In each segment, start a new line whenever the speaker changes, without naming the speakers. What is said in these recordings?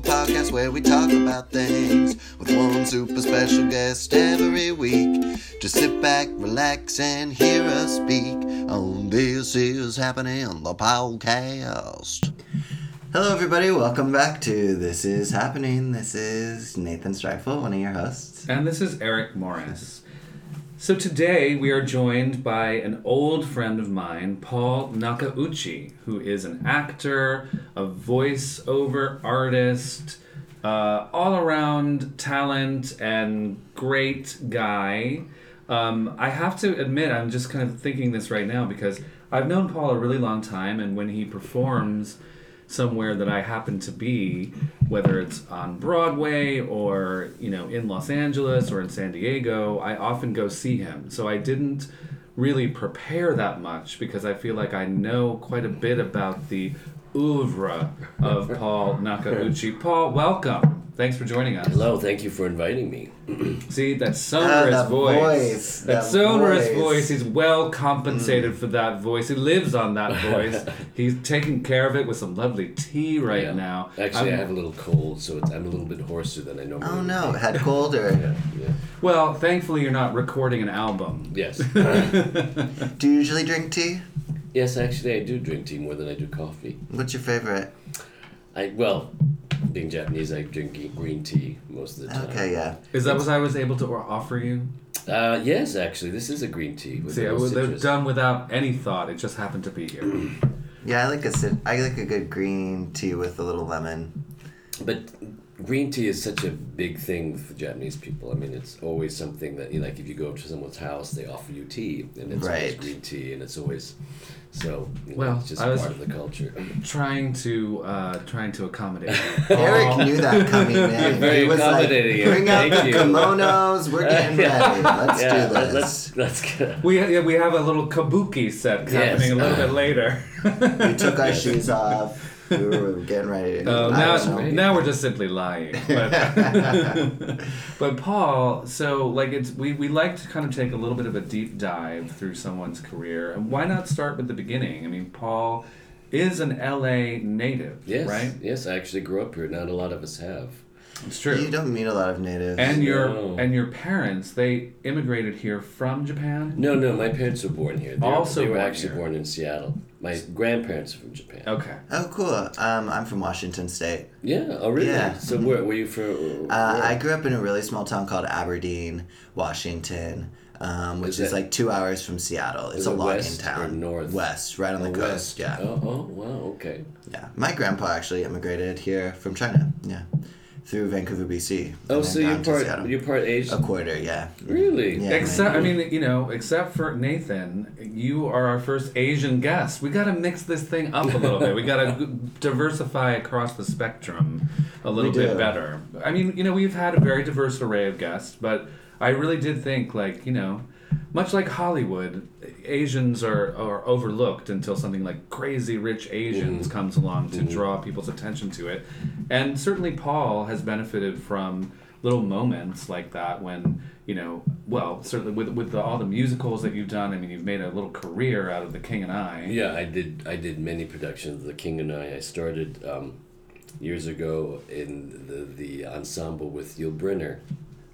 podcast where we talk about things with one super special guest every week. Just sit back, relax, and hear us speak on This Is Happening, the podcast. Hello, everybody. Welcome back to This Is Happening. This is Nathan Strifle, one of your hosts.
And this is Eric Morris. So today we are joined by an old friend of mine, Paul Nakauchi, who is an actor, a voiceover artist, uh, all around talent, and great guy. Um, I have to admit, I'm just kind of thinking this right now because I've known Paul a really long time, and when he performs, somewhere that I happen to be, whether it's on Broadway or you know in Los Angeles or in San Diego, I often go see him. So I didn't really prepare that much because I feel like I know quite a bit about the oeuvre of Paul Nakauchi. Paul, welcome. Thanks for joining us.
Hello, thank you for inviting me.
See that sonorous
Ah, that
voice.
voice,
That,
that
sonorous
voice.
voice. He's well compensated for that voice. He lives on that voice. He's taking care of it with some lovely tea right
Yeah.
now.
Actually, i
I'm-
have a little cold, so it's, I'm a little bit hoarser than I normally.
Oh
would
no,
be.
had cold or
Yeah, yeah.
Well, thankfully, you're not recording an album.
Yes.
do you usually drink tea?
yes, actually, I do drink tea more than I do coffee.
What's your favorite?
I well, being Japanese, I drink g- green tea most of the time.
Okay, Oh, yeah.
Is that what I was able to or- offer you?
Uh, yes, actually, this is a green tea. With
See, I
little
was they're
citrus.
done without any thought. It just happened to be here.
Yeah, I like a cit- I like a good green tea with a little lemon.
But green tea is such a big thing for Japanese people. I mean, it's always something that, like, if you go to someone's house, they offer you tea, and it's always
Right.
green tea, and it's always so. You know,
Well,
it's just
I was-
part of the culture.
trying to uh, trying to accommodate.
Eric
Paul-
knew that coming in.
You're very
he was like,
accommodating, Eric.
bring out
Thank
the
you."
kimonos. We're getting ready. Let's
yeah,
do
let-
this.
Let's let's get.
We yeah, we have a little kabuki set
Yes.
happening a little bit later.
we took our shoes off. We were getting ready to. I don't
Oh, now,
know.
great.
now we're just simply lying. But, but Paul, so like it's we, we like to kind of take a little bit of a deep dive through someone's career, and why not start with the beginning? I mean, Paul is an LA native,
Yes,
right?
yes. I actually grew up here. Not a lot of us have.
It's
You
true.
don't meet a lot of natives.
And your
No.
and your parents, they immigrated here from Japan.
No, no. My parents were born here. They
Also
were, they were
born
actually
here.
born in Seattle. My grandparents are from Japan.
Okay.
oh, cool. Um, I'm from Washington State.
Yeah. Oh, really?
Yeah.
So where were you from?
Uh,
where?
I grew up in a really small town called Aberdeen, Washington, um, which
Is
is,
that-
like two hours from Seattle. It's
Is
a
it
logging
west
town.
or north?
West, right on the coast. Yeah,
Oh, oh, wow. Okay.
yeah. My grandpa actually immigrated here from China. Yeah, through Vancouver, BC.
Oh,
and
so
then
you're
down to
part.
Seattle.
You're part Asian.
a quarter. Yeah.
Really?
Yeah.
Except, I mean, you know, except for Nathan, you are our first Asian guest. We got to mix this thing up a little bit. We got to diversify across the spectrum a little
We
bit
do.
better. I mean, you know, we've had a very diverse array of guests, but I really did think, like, you know, much like Hollywood, Asians are, are overlooked until something like Crazy Rich Asians
Mm-hmm.
comes along to draw people's attention to it. And certainly Paul has benefited from little moments like that when, you know, well, certainly with, with the, all the musicals that you've done, I mean, you've made a little career out of The King and I.
Yeah, I did. I did many productions of The King and I. I started um, years ago in the the ensemble with Yul Brynner.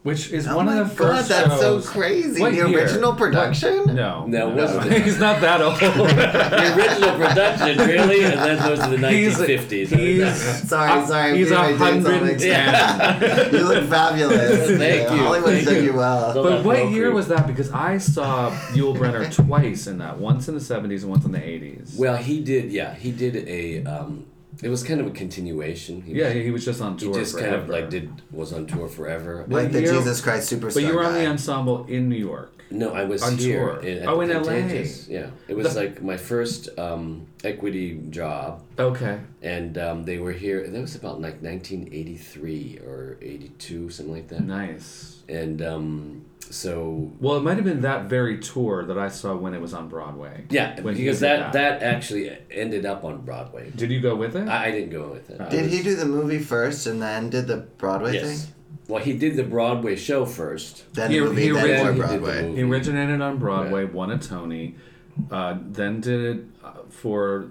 Which is
Oh
one
my
of the first
God, that's
shows.
so crazy.
What
the
year?
original production?
No,
No, it wasn't.
He's not that old.
the original production, really, and then those are the
He's-
1950s.
he's-
Sorry,
I'm-
sorry.
he's
me and
a
my dudes all
hundred and
mixed
ten.
up. you look fabulous.
Thank you,
Hollywood
thank
did
you.
you well.
But what year was that? Because I saw Yul Brenner twice in that. Once in the 70s and once in the 80s.
Well, he did. Yeah, he did a. Um, it was kind of a continuation. He
yeah,
was,
he he was just on
he
tour
just kind of
forever.
like did was on tour forever.
What
Like the
year-
Jesus Christ superstar.
But you were on
guy.
the ensemble in New York.
No, I was
On tour.
here.
Oh,
the
in LA.
Pantages. Yeah, it was
The-
like my first um, equity job,
Okay.
and um, they were here. That was about like 1983 or 82, something like that.
Nice.
And um, so
Well, it might have been that very tour that I saw when it was on Broadway.
yeah,
When he
because
did
that, that actually ended up on Broadway.
Did you go with it?
I, I didn't go with it.
Uh,
I
Did
was-
he do the movie first and then did the Broadway
Yes.
thing?
Well, he did the Broadway show first.
Then
He-
the movie,
he
then
originally
more
did the
Broadway.
He originated on Broadway, won a Tony, uh, then did it uh, for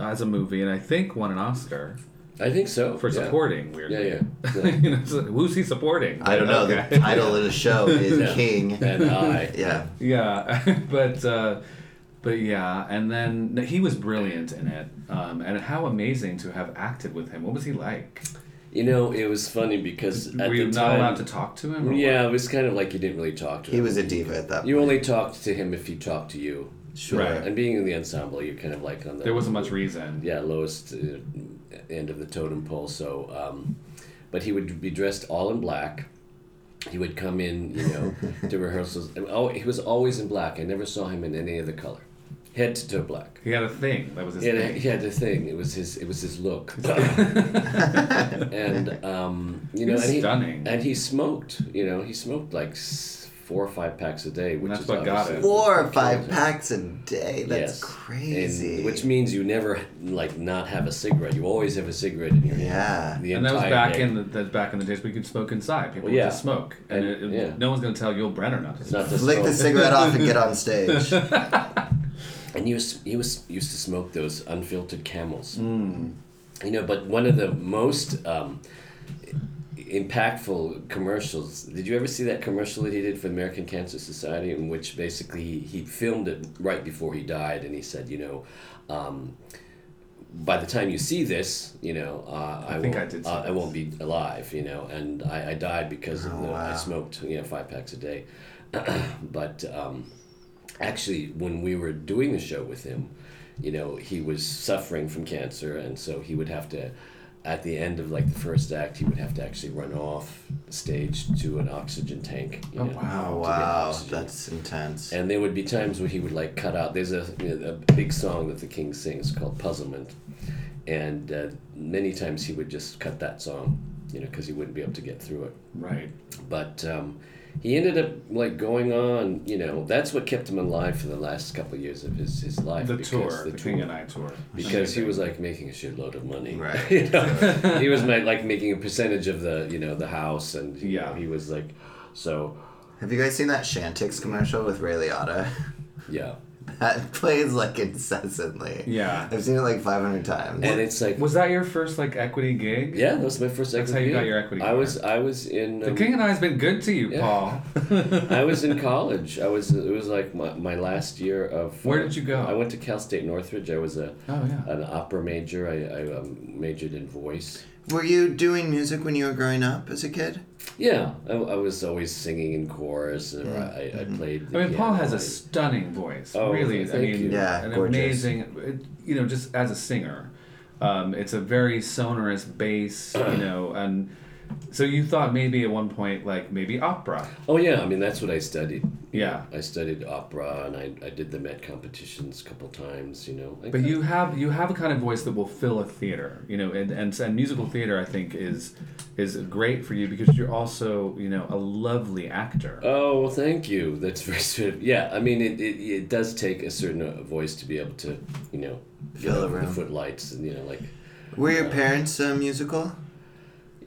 as a movie, and I think won an Oscar.
I think so.
for
yeah.
supporting weird.
Yeah, yeah. yeah.
you know, so who's he supporting?
I don't know. The
Okay.
title of the show is
Yeah.
King.
and I.
Yeah.
yeah, but uh, but yeah, and then no, he was brilliant in it, um, and how amazing to have acted with him. What was he like?
You know, it was funny because at
Were you
the
not
time,
allowed to talk to him? or
Yeah, it was kind of like you didn't really talk to
He
him.
was a diva at that point.
You only talked to him if he talked to you.
Sure.
Right.
And being in the ensemble, you're kind of like on the
There wasn't much reason.
yeah lowest uh, end of the totem pole. So, um, but he would be dressed all in black. He would come in, you know, to rehearsals. And al- he was always in black. I never saw him in any other color, head to toe black.
He had a thing. That was his
He had, a,
thing.
he had a thing. It was his. It was his look. and um, you
He
know,
was
and he,
stunning.
and he smoked. You know, he smoked like s- four or five packs a day, which
That's
is
what got
obviously-
him.
Four or five packs a day. That's
Yes.
crazy.
And- which means you never like not have a cigarette. You always have a cigarette in your hand.
yeah.
The
and that was
entire
back
day.
in the, that back in the days we could smoke inside. People
Well, yeah.
would just smoke, and, it,
And-
it-
yeah.
no one's going to tell Yul Brenner not to
It's
smoke.
not the
Flick the
smoke.
cigarette off and get on stage.
And he was he was used to smoke those unfiltered camels.
Hmm.
You know, but one of the most um, impactful commercials. Did you ever see that commercial that he did for the American Cancer Society, in which basically he, he filmed it right before he died, and he said, you know. Um, by the time you see this, you know, uh, I,
think
won't,
I did see
uh, I
this. Oh,
won't be alive, you know, and I, I died because of the, I
wow.
smoked, you know, five packs a day. but um, actually when we were doing the show with him you know he was suffering from cancer and so he would have to at the end of like the first act he would have to actually run off stage to an oxygen tank you
Oh,
know,
wow.
to
Oh,
get
wow.
oxygen.
That's intense.
and there would be times where he would like cut out there's a, you know, a big song that the king sings called puzzlement and uh, many times he would just cut that song you know because he wouldn't be able to get through it
Right.
but um, he ended up like going on you know that's what kept him alive for the last couple of years of his, his life
The
because
tour,
the
the, King and I tour.
because he was like making a shitload of money
Right.
you know? he was ma- like making a percentage of the you know the house and you
Yeah.
know, he was like so
Have you guys seen that Shantix commercial with Ray Liotta?
yeah
That plays like incessantly.
Yeah.
I've seen it like 500 times.
and it's like
Was that your first like equity gig?
yeah that was my first
That's how you
equity
got
gig.
your equity
i
card.
was i was in
The
um,
King and I has been good to you,
Yeah.
Paul.
I was in college. I was it was like my, my last year of. uh,
Where did you go?
I went to Cal State Northridge. I was a
Oh, yeah.
an opera major. I, I um, majored in voice.
Were you doing music when you were growing up as a kid?
Yeah, I, I was always singing in chorus. Or I, I played.
Mm-hmm. I
the
mean, Paul
piano.
has a stunning voice.
Oh,
really, I
thank
mean,
you.
Yeah,
an
gorgeous.
amazing. It, you know, just as a singer, um, it's a very sonorous bass. you know, and so you thought maybe at one point like maybe opera.
Oh yeah, I mean that's what I studied.
Yeah,
I studied opera and I, I did the Met competitions a couple times. You know. Like
but you have you have a kind of voice that will fill a theater. You know, and and, and musical theater I think is is great for you because you're also you know a lovely actor.
Oh well, thank you. That's very sweet. Yeah, I mean it, it, it does take a certain uh, voice to be able to you know get
Fill the
over the
room.
footlights and you know like.
Were your parents uh, musical?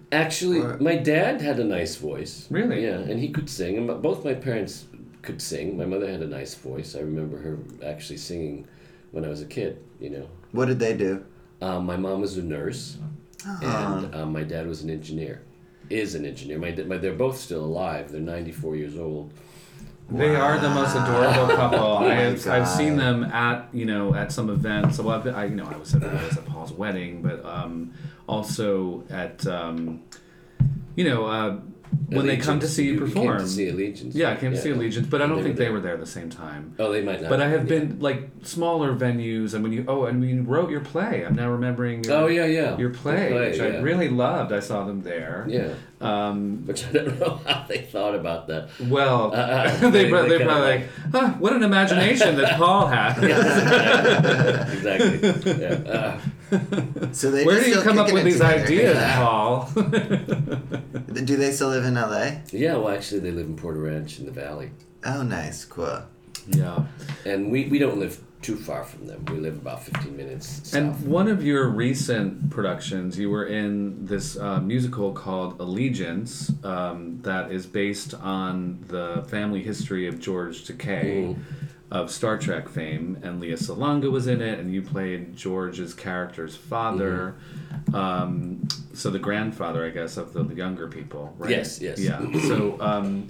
Actually,
Or-
my dad had a nice voice.
Really?
Yeah, and he could sing. And my- both my parents could sing. My mother had a nice voice. I remember her actually singing when I was a kid. You know,
What did they do?
um, my mom was a nurse,
Ah.
and um, my dad was an engineer. Is an engineer. My, da- my they're both still alive. They're ninety four years old.
They are the most adorable couple.
Oh
I have
my
I've seen
God.
them at you know at some events. Well, I've been, I you know I was at, I was at Paul's wedding, but um, also at um, you know uh, when they come to
Allegiance.
see you,
came
perform.
to see Allegiance.
yeah, I came to see Allegiance, but I don't
They
think
were
they were there at the same time.
Oh, they might not.
But I have
yeah.
been like smaller venues, and when you oh, and when you wrote your play, I'm now remembering. Your,
Oh yeah, yeah.
Your
The
play, which I
yeah.
really loved. I saw them there.
Yeah,
Um,
which I don't know how they thought about that.
well,
uh,
they,
they-
pro-
they
they're
kinda
probably like,
like-
huh, what an imagination that Paul had.
exactly. Yeah. Uh,
So they
Where
just
do you
still
come up
kicking
with
it
these
together.
ideas,
Yeah.
Paul?
Do they still live in LA?
yeah. Well, actually, they live in Porter Ranch in the Valley.
Oh, nice, cool.
yeah.
and we, we don't live too far from them. We live about 15 minutes south.
And one of your recent productions, you were in this uh, musical called Allegiance
Mm.
um, that is based on the family history of George Takei. of Star Trek fame, and Leah Salonga was in it, and you played George's character's father,
Mm-hmm.
um, so the grandfather, I guess, of the younger people, right?
Yes, yes.
yeah. So, um,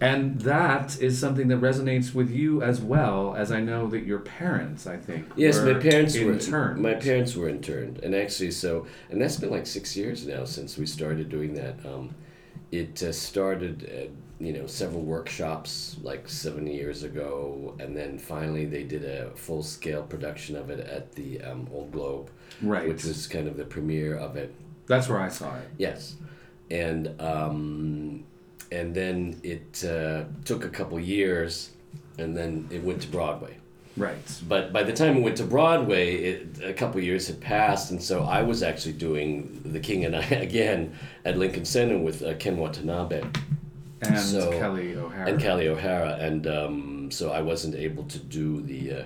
and that is something that resonates with you as well as I know that your parents, I think,
Yes,
were
my parents were
interned.
My parents were interned, and actually, so and that's been like six years now since we started doing that. Um, it uh, started, uh, you know, several workshops like seven years ago, and then finally they did a full scale production of it at the um, Old Globe,
Right.
Which was kind of the premiere of it.
That's where I saw it.
Yes, and um, and then it uh, took a couple years, and then it went to Broadway
Right.
but by the time we went to Broadway, it, a couple years had passed, and so I was actually doing The King and I again at Lincoln Center with uh, Ken Watanabe
And
So-
Kelly O'Hara.
and Callie O'Hara, and um, so I wasn't able to do the uh,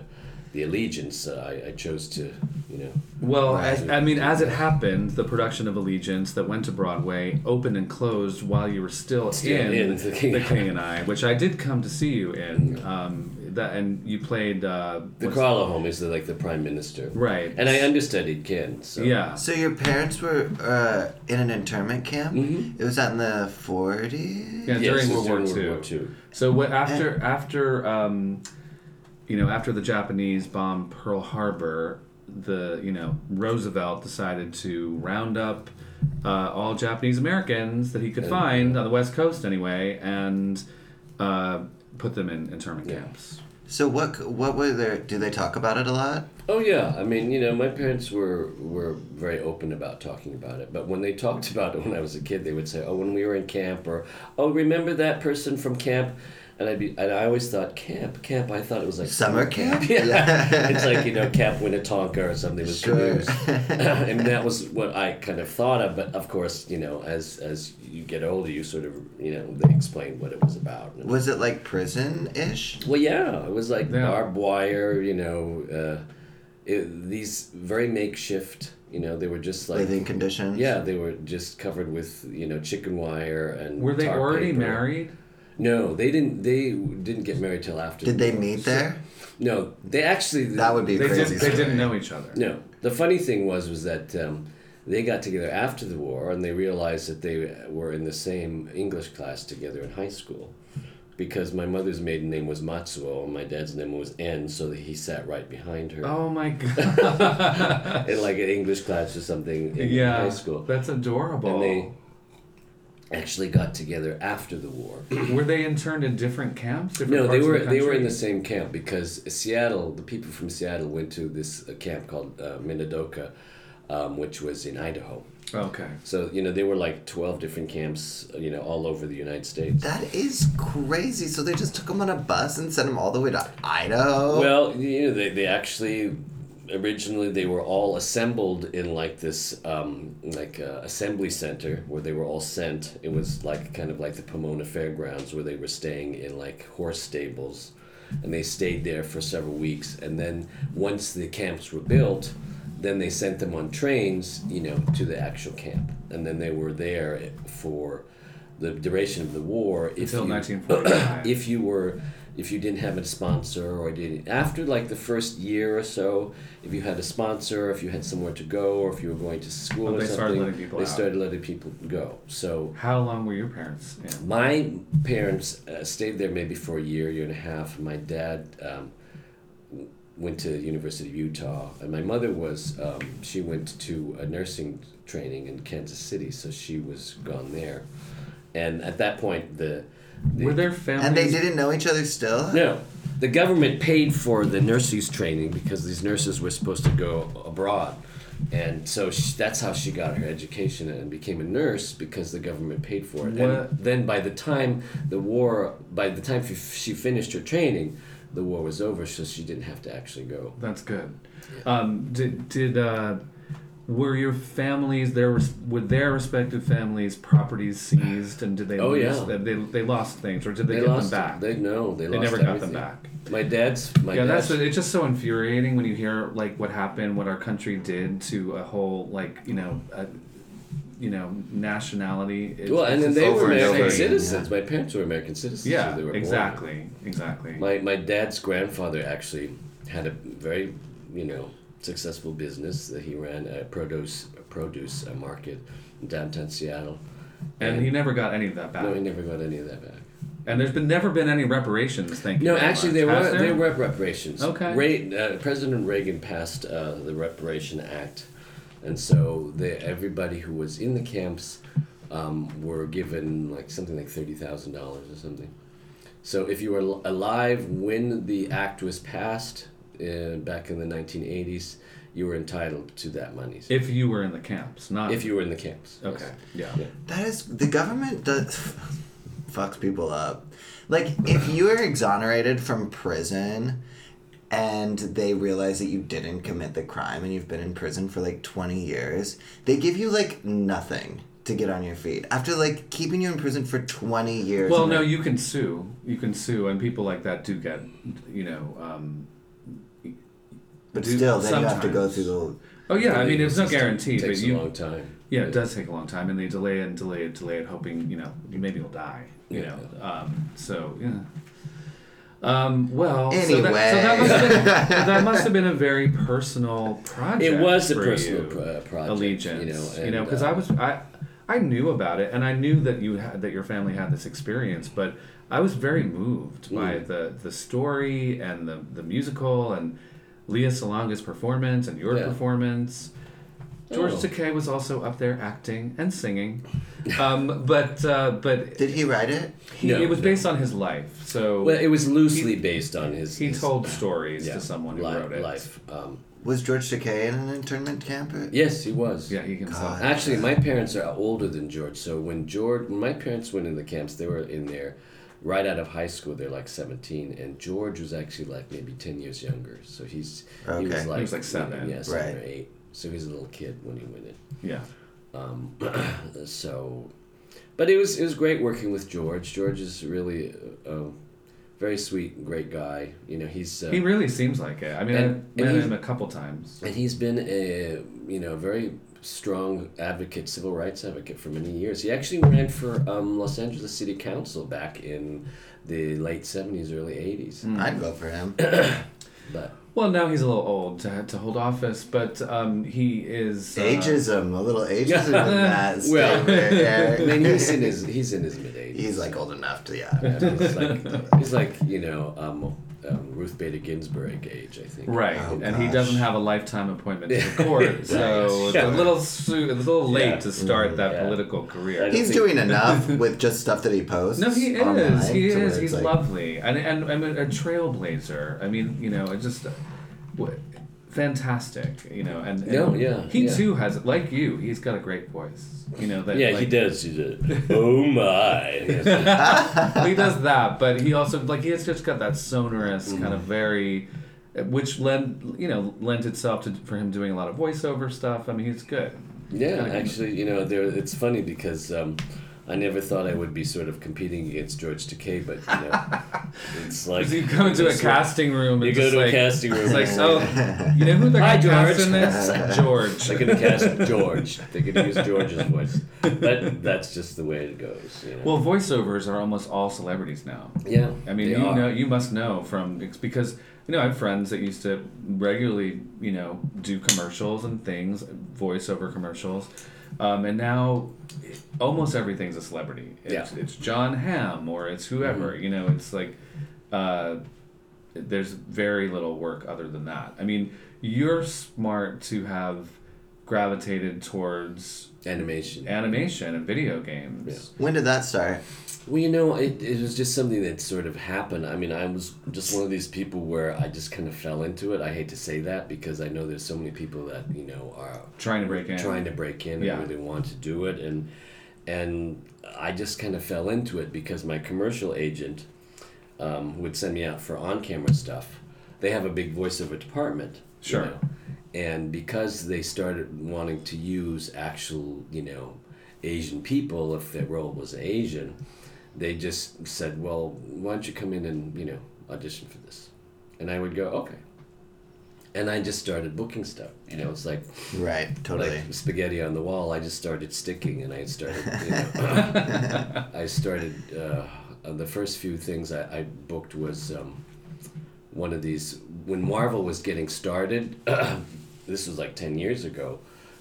the Allegiance. Uh, I, I chose to, you know,
Well, as, I mean, as it happened, the production of Allegiance that went to Broadway opened and closed while you were still,
Still
in,
in
the,
The
King
King.
and I, which I did come to see you in. Um, that and you played uh,
Mm-hmm. the
what's-
Krala home is the, like the prime minister,
right?
And I understudied Ken. So
yeah,
So your parents were uh, in an internment camp. It was out in the forties.
Mm-hmm. yeah,
Yes,
during
it
World
was
War
during World
Two.
War Two.
So
Mm-hmm.
what after after um, you know after the Japanese bombed Pearl Harbor, the you know Roosevelt decided to round up uh, all Japanese Americans that he
Mm-hmm.
could find on the West Coast anyway, and uh, put them in internment
Yeah.
camps.
So what c- what were their? Do they talk about it a lot?
Oh yeah, I mean, you know, my parents were were very open about talking about it. But when they talked about it when I was a kid, they would say, "Oh, when we were in camp," or "Oh, remember that person from camp?" And I'd be, and I always thought camp, camp. I thought it was like
Summer camp.
Yeah, it's like you know, Camp Winnetonka or something with
Sure.
canoes. and that was what I kind of thought of. But of course, you know, as as you get older, you sort of you know they explain what it was about. And-
Was it like prison ish?
well, yeah, it was like
Yeah.
barbed wire, you know, uh, it, these very makeshift, you know, they were just like.
Living conditions.
Yeah, they were just covered with you know chicken wire and.
Were they
tar
already
paper.
married?
No, they didn't. They didn't get married till after.
Did
the
they
war.
meet
So-
there?
No, they actually.
That would be
They, did,
crazy.
they didn't
story.
know each other.
No, the funny thing was was that um, they got together after the war, and they realized that they were in the same English class together in high school, because my mother's maiden name was Matsuo and my dad's name was N, so that he sat right behind her
Oh my god!
in like an English class or something in
Oh. yeah,
high school.
that's adorable.
And they- Actually, got together after the war.
were they interned in different camps? Different
No, they
parts of
were
the
they were in
country?
the same camp because Seattle. The people from Seattle went to this uh, camp called uh, Minidoka, um, which was in Idaho.
Okay.
So you know they were like twelve different camps, you know, all over the United States.
That is crazy. So they just took him on a bus and sent him all the way to Idaho.
Well, you know, they, they actually originally they were all assembled in like this um, like uh, assembly center where they were all sent. It was like kind of like the Pomona Fairgrounds where they were staying in like horse stables, and they stayed there for several weeks. And then once the camps were built. Then they sent them on trains, you know, to the actual camp, and then they were there for the duration of the war. if
Until
you-
1945.
if you were if you didn't have a sponsor or did after like the first year or so if you had a sponsor if you had somewhere to go or if you were going to school
Oh,
or
they started
something
letting people
they
out.
started letting people go so
How long were your parents in?
my parents uh, stayed there maybe for a year year and a half my dad um, w- went to university of utah and my mother was um, she went to a nursing training in kansas city so she was gone there and at that point the, the
Were their families?
and they didn't know each other still?
no. The government paid for the nurses' training because these nurses were supposed to go abroad. And so she, that's how she got her education and became a nurse because the government paid for it.
What?
And then by the time the war, by the time she- she finished her training, the war was over, so she didn't have to actually go.
That's good. Um, did did uh, were your families their res- were their respective families properties seized and did they
Oh,
lose
yeah.
they, they lost things or did they, get
lost
them back?
They no, they,
They
lost
never got
everything.
them back.
My dad's my
Yeah, that's
dad's
what, it's just so infuriating when you hear like what happened, what our country did to a whole like you know, a, you know nationality. It's,
well, and
it's
then
just
they
over
were
and
American
over.
citizens. My parents were American citizens. when
Yeah,
they were born.
exactly, exactly.
My my dad's grandfather actually had a very, you know, successful business that he ran a produce a produce uh market in downtown Seattle.
and he never got any of that back.
No, he never got any of that back.
and there's been never been any reparations. Thank you.
No,
very
actually,
much.
there
Has
were there were reparations.
Okay.
Ray, uh, President Reagan passed uh, the Reparation Act, and so the, everybody who was in the camps um, were given like something like thirty thousand dollars or something. So if you were al- alive when the act was passed uh, back in the nineteen eighties, you were entitled to that money.
If you were in the camps, not
If you were in the camps. yes.
Okay. Yeah.
Yeah.
That is the government does fucks people up. Like if you are exonerated from prison and they realize that you didn't commit the crime and you've been in prison for like 20 years, they give you like nothing to get on your feet. After like keeping you in prison for 20 years.
Well,
and
no,
like-
you can sue. You can sue, and people like that do get, you know. Um,
but
do-
still then you have to go
sometimes.
through the
oh yeah, I mean it's
Legal
not
system
guaranteed, but
Takes a
you.
long time.
Yeah, it does take a long time, and they delay it and delay it, and delay it, hoping you know maybe you'll die. You
Yeah.
know, um, so yeah. Um, well, so that, so that,
Anyway.
must have been, that must have been a very personal project.
It was a
for
personal
you.
pro- uh, project.
allegiance.
You know, and,
because
uh,
I was I, I knew about it, and I knew that you had that your family had this experience, but I was very moved by
Mm.
the the story and the the musical and Leah Salonga's performance and your
Yeah.
performance. George
Oh.
Takei was also up there acting and singing, um, but uh, but
Did he write it?
he,
No,
it was
no.
based on his life. So
Well, it was loosely based on his.
he
his-
told stories
yeah,
to someone who
li-
wrote it.
Life. Um,
Was George Takei in an internment camp? or-
yes, he was.
Yeah, he himself.
God.
Actually, my parents are older than George, so when George, when my parents went in the camps, they were in there right out of high school. They're like seventeen, and George was actually like maybe ten years younger. So he's he
Okay.
was
He
like
was like seven.
yeah, seven or
Right.
eight. So he's a little kid when he went in. Uh,
Yeah.
so but it was it was great working with george george is really a, a very sweet great guy you know he's uh,
He really seems like it. I mean,
And-
I
and
met
he's-
him a couple times.
and he's been a you know very strong advocate civil rights advocate for many years he actually ran for um, los angeles city council back in the late 70s early 80s
Hmm.
I'd vote for him.
but
Well, now he's a little old to, to hold office, but um, he is. uh,
ageism, a little ageism in that
Well,
statement.
I mean,
yeah.
he's in his he's in his mid 80s
He's like old enough to yeah.
he's like he's like you know um, um, ruth bader ginsburg age i think
Right,
Oh,
and he
gosh.
doesn't have a lifetime appointment to the court, so it's a little su- it's a little late
Yeah.
to start that
Yeah.
political career.
I
He's
think-
doing enough with just stuff that he posts.
No, he
online
is. He
to where
is.
it's
He's
like-
lovely, and and I'm a, a trailblazer. I mean, you know, it just w- fantastic. You know, and, and
No, yeah,
he
yeah.
too has like you. He's got a great voice. You know that.
Yeah, he
like,
does. He does. Oh my!
Well, he does that, but he also like he has just got that sonorous kind of
Mm-hmm.
very, which lent you know lent itself to for him doing a lot of voiceover stuff. I mean, he's good.
yeah, actually, you know, there. It's funny because um, I never thought I would be sort of competing against George Takei, but you know, it's like
So you come into a
it's like-
casting room and
You
just
go to
like,
a casting room.
It's like oh.
and
so, you know who they're
Hi,
gonna cast
George.
in this? George.
They're gonna cast George. They're gonna use George's voice. That that's just the way it goes. You know?
Well, voiceovers are almost all celebrities now.
yeah.
I mean,
they
you
are.
know, you must know from it's because you know I have friends that used to regularly, you know, do commercials and things, voiceover commercials, um, and now almost everything's a celebrity. It's,
Yeah. Mm-hmm.
it's John Hamm or it's whoever. You know, it's like uh, there's very little work other than that. I mean, you're smart to have gravitated towards
animation.
animation and video games.
When did that start?
Well, you know, it, it was just something that sort of happened. I mean, I was just one of these people where I just kind of fell into it. I hate to say that because I know there's so many people that, you know, are
Trying to break in.
trying to break in
Yeah.
and really want to do it and and I just kind of fell into it because my commercial agent um, would send me out for on-camera stuff. They have a big voiceover department. you
Sure.
know. And because they started wanting to use actual, you know, Asian people if their role was Asian, they just said, "Well, why don't you come in and, you know, audition for this?" And I would go, "Okay." and I just started booking stuff. You know, it's like
Right, totally.
like spaghetti on the wall. I just started sticking, and I started. You know, I started. Uh, uh, the first few things I, I booked was um, one of these when Marvel was getting started. this was like ten years ago.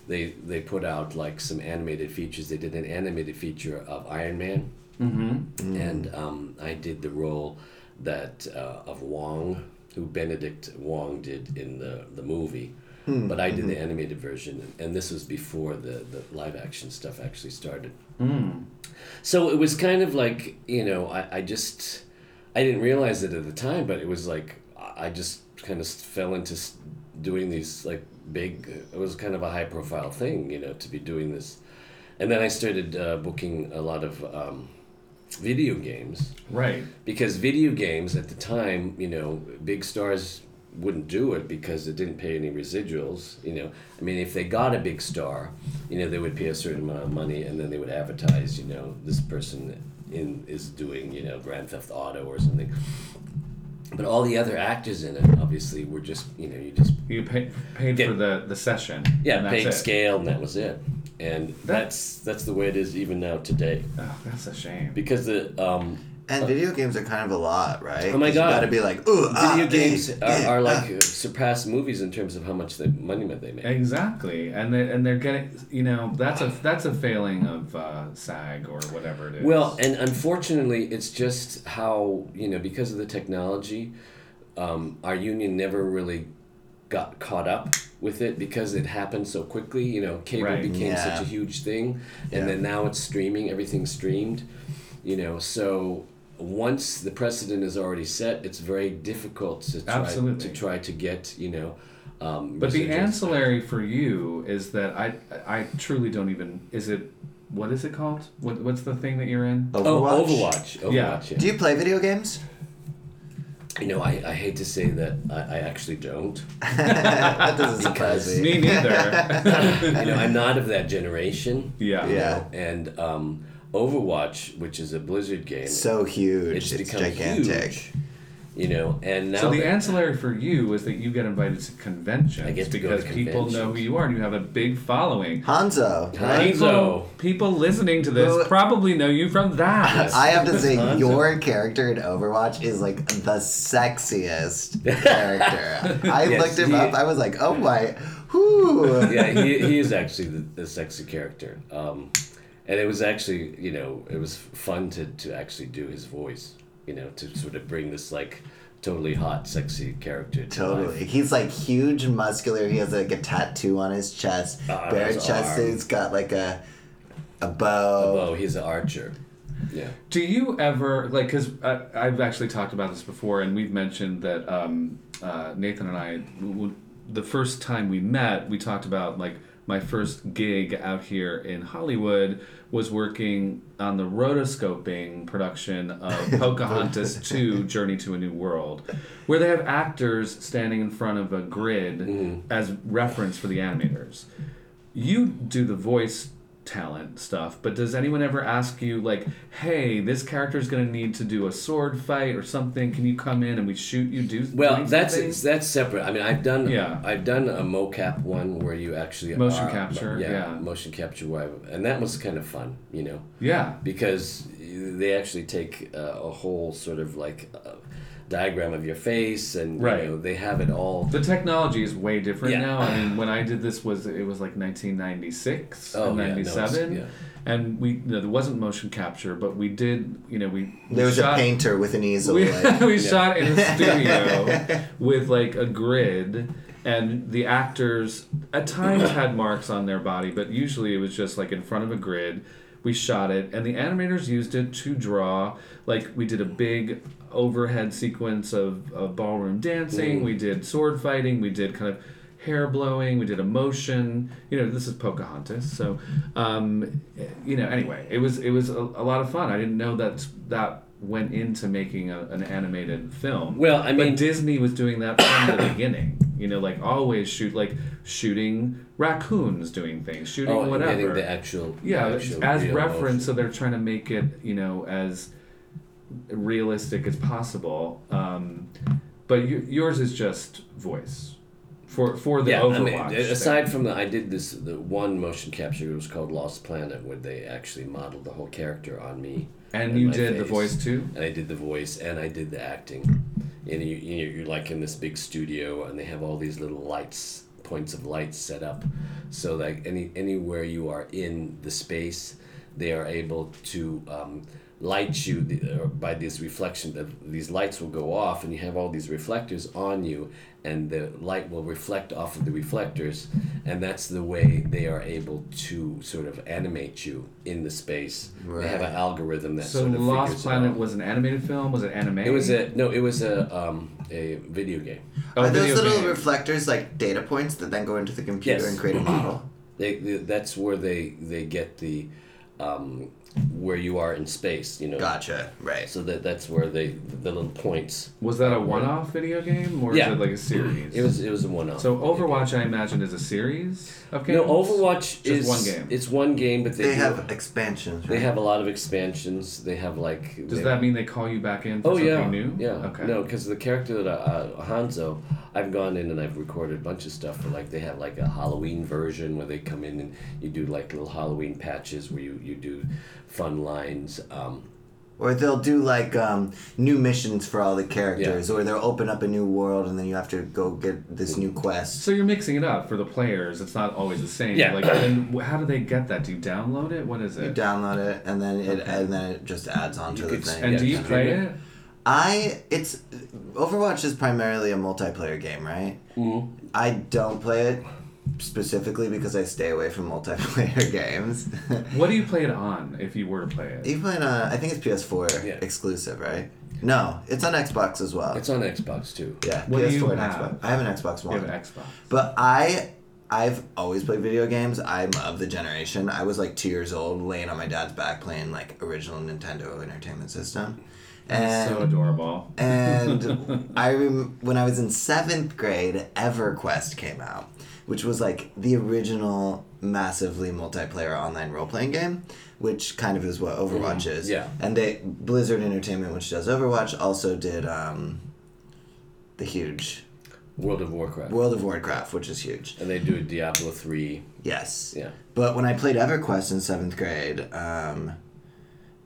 They they put out like some animated features. They did an animated feature of Iron Man, mm-hmm. and um, I did the role that uh, of Wong, who Benedict Wong did in the the movie. But I did the animated version, and this was before the, the live action stuff actually started. So it was kind of like, you know, I, I just, I didn't realize it at the time, but it was like, I I just kind of fell into s- doing these like big, it was kind of a high profile thing, you know, to be doing this. And then I started uh, booking a lot of um, video games
Right.
because video games at the time, you know, big stars wouldn't do it because it didn't pay any residuals. You know, I mean, if they got a big star, you know, they would pay a certain amount of money and then they would advertise. You know, this person in is doing you know Grand Theft Auto or something. But all the other actors in it, obviously, were just you know you just
You pay, paid
Yeah.
for the, the session.
yeah
and that's
paid
it.
scale and that was it. And that's that's the way it is even now today
Oh, that's a shame.
because the um,
and video games are kind of a lot, right?
Oh my
'Cause
God.
You gotta be like, ooh,
video
ah,
games
eh, eh,
are, are
ah."
like uh, surpass movies in terms of how much the money that they make.
Exactly, and they and they're getting you know that's a that's a failing of uh, SAG or whatever it is.
Well, and unfortunately, it's just how you know because of the technology, um, our union never really got caught up with it because it happened so quickly. You know, cable
Right.
became
Yeah.
such a huge thing,
Yeah.
and then now it's streaming. Everything's streamed. You know, so once the precedent is already set, it's very difficult to try
Absolutely.
to try to get you know. Um,
But the
residuals.
ancillary for you is that I I truly don't even is it what is it called? What what's the thing that you're in?
Overwatch?
Oh, Overwatch. Overwatch.
Yeah.
yeah.
Do you play video games?
You know, I, I hate to say that I, I actually don't.
that doesn't surprise
Because-
me.
Me neither.
You know, I'm not of that generation.
yeah.
you know,
Yeah.
And um, Overwatch, which is a Blizzard game,
So huge.
it's,
It's,
become
gigantic.
huge. You know, and now
So the
that-
ancillary for you is that you get invited to conventions
I get to go to
because people know who you are and you have a big following.
Hanzo.
Hanzo.
People, people listening to this
Who-
probably know you from that.
I have to say,
Hanzo.
your character in Overwatch is like the sexiest character. I
Yes,
looked him
he-
up. I was like, oh my, whoo.
yeah, he, he is actually the, the sexy character. Um, and it was actually, you know, it was fun to, to actually do his voice, you know, to sort of bring this, like, totally hot, sexy character to life.
Totally. He's like huge, muscular. He has like a tattoo on his chest.
Uh, on
Bare
his
chested.
arm.
He's got like a a
Oh,
bow.
he's an archer. Yeah.
Do you ever like? Because I've actually talked about this before, and we've mentioned that um, uh, Nathan and I, w- w- the first time we met, we talked about like my first gig out here in Hollywood was working on the rotoscoping production of Pocahontas 2 Journey to a New World where they have actors standing in front of a grid as reference for the animators you do the voice talent stuff, but does anyone ever ask you like, "Hey, this character's going to need to do a sword fight or something. Can you come in and we shoot you do?"
Well,
doing
that's
something?"
that's separate. I mean, I've done
Yeah.
I've done a mocap one where you actually
Motion
are-
capture, yeah.
motion capture where I- and that was kind of fun, you know,
yeah.
because they actually take uh, a whole sort of like uh, diagram of your face and
Right.
you know they have it all.
The technology is way different
Yeah.
now. I mean, when I did this was it was like 1996
Oh,
and
yeah, no, it's-
97.
yeah.
And we you know, there wasn't motion capture, but we did, you know, we we
There was
shot-
a painter with an easel.
We,
like,
we shot in a studio with like a grid, and the actors at times had marks on their body, but usually it was just like in front of a grid. We shot it, and the animators used it to draw. Like we did a big overhead sequence of, of ballroom dancing. We did sword fighting. We did kind of hair blowing. We did emotion. You know, this is Pocahontas, so um, you know. Anyway, it was it was a, a lot of fun. I didn't know that that went into making a, an animated film.
Well, I mean-
but Disney was doing that from the beginning. You know, like always shoot like shooting raccoons doing things, shooting
Oh, and
whatever.
getting the actual
yeah,
the
it's
actual
as
real
reference, so
motion.
they're trying to make it you know as realistic as possible. Um, but you, yours is just voice. for for the
yeah, I mean,
Overwatch. thing.
aside from the, I did this the one motion capture. It was called Lost Planet, where they actually modeled the whole character on me.
and you
my
did the
face.
voice too.
And I did the voice, and I did the acting. And you, you know, you're like in this big studio, and they have all these little lights, points of lights set up, so like any anywhere you are in the space, they are able to. Um, light you the- uh, by this reflection that these lights will go off and you have all these reflectors on you and the light will reflect off of the reflectors and that's the way they are able to sort of animate you in the space they have an algorithm that
So
sort of
Lost
figures it
Planet
out.
was an animated film. Was it anime?
It was a no. It was a um a video game.
Oh,
Are those
video
little
game.
reflectors like data points that then go into the computer
Yes.
and create a model?
They, they that's where they they get the, um, where you are in space. You know.
Gotcha. Right.
So that that's where they the little points.
was that a one-off video game or
Yeah.
is it like a series?
It was it was a one off.
So Overwatch, I imagine, is a series of games.
no Overwatch
Just
is
one game.
It's one game, but they,
They
do-
have expansions.
they
right?
have a lot of expansions. They have like.
Does
they-
that mean they call you back in for
Oh
something
yeah,
new?
yeah.
Okay.
No, because the character that I, uh, Hanzo, I've gone in and I've recorded a bunch of stuff. For like they have like a Halloween version where they come in and you do like little Halloween patches where you you do fun lines. Um,
Or they'll do like um, new missions for all the characters, or they'll open up a new world and then you have to go get this new quest.
So you're mixing it up for the players. It's not always the same.
Yeah.
Like, then wh- how do they get that? Do you download it? What is
You
it?
download it and then it and then it just adds on to the
could
thing.
and
yeah,
do you
just
play
stream
it?
I it's Overwatch is primarily a multiplayer game, right? Mm-hmm. I don't play it specifically because I stay away from multiplayer games.
What do you play it on if you were to play it?
you play it on I think it's PS4
Yeah.
exclusive, right? No, it's on Xbox as well.
it's on Xbox too.
yeah,
What do
PS4
you
and
have?
Xbox. I have an Xbox
You
One.
have an Xbox.
But I I've always played video games. I'm of the generation. I was like two years old, laying on my dad's back playing like original Nintendo Entertainment System. And
so adorable.
and I rem- when I was in seventh grade, EverQuest came out, which was like the original massively multiplayer online role playing game, which kind of is what Overwatch is.
Mm-hmm. yeah.
And they Blizzard Entertainment, which does Overwatch, also did um, the huge
World of Warcraft,
World of Warcraft, which is huge.
and they do a Diablo three.
Yes.
Yeah.
But when I played EverQuest in seventh grade, um,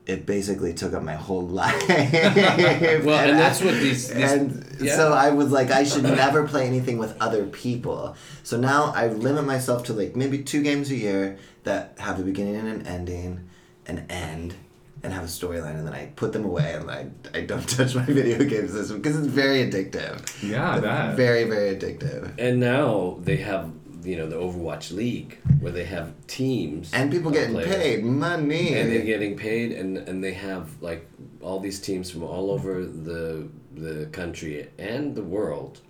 it basically took up my whole life. well, and,
Well, and that's
I-
what these- these-
and
yeah.
so I was like, I should never play anything with other people. So now I limit myself to like maybe two games a year that have a beginning and an ending, an end. And have a storyline, and then I put them away, and I, I don't touch my video game system because it's very addictive.
Yeah, I bet.
Very very addictive.
And now they have you know the Overwatch League where they have teams
And people
of
getting
players.
paid money.
and they're getting paid and and they have like all these teams from all over the the country and the world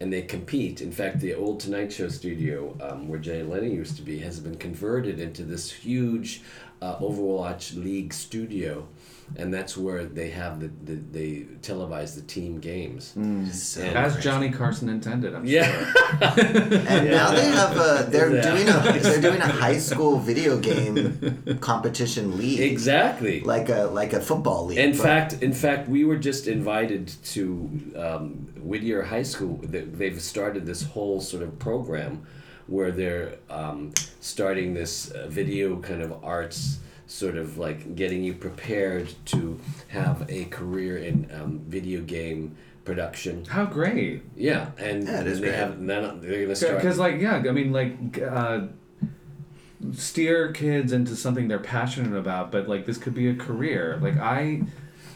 and they compete in fact the old tonight show studio um, where jay leno used to be has been converted into this huge uh, overwatch league studio and that's where they have the, the they televise the team games
So
As Johnny Carson intended, I'm
Yeah.
sure.
And now they have a they're
Yeah.
doing a they're doing a high school video game competition league.
exactly
Like a like a football league.
In
but-
fact, in fact, we were just invited to um, Whittier High School. They- They've started this whole sort of program where they're um, starting this uh, video kind of arts sort of like getting you prepared to have a career in um, video game production.
How great.
Yeah, and
Yeah, it is
they
great.
have none. They're gonna start.
Because, like, yeah, I mean, like, uh, steer kids into something they're passionate about, but, like, this could be a career. Like, I.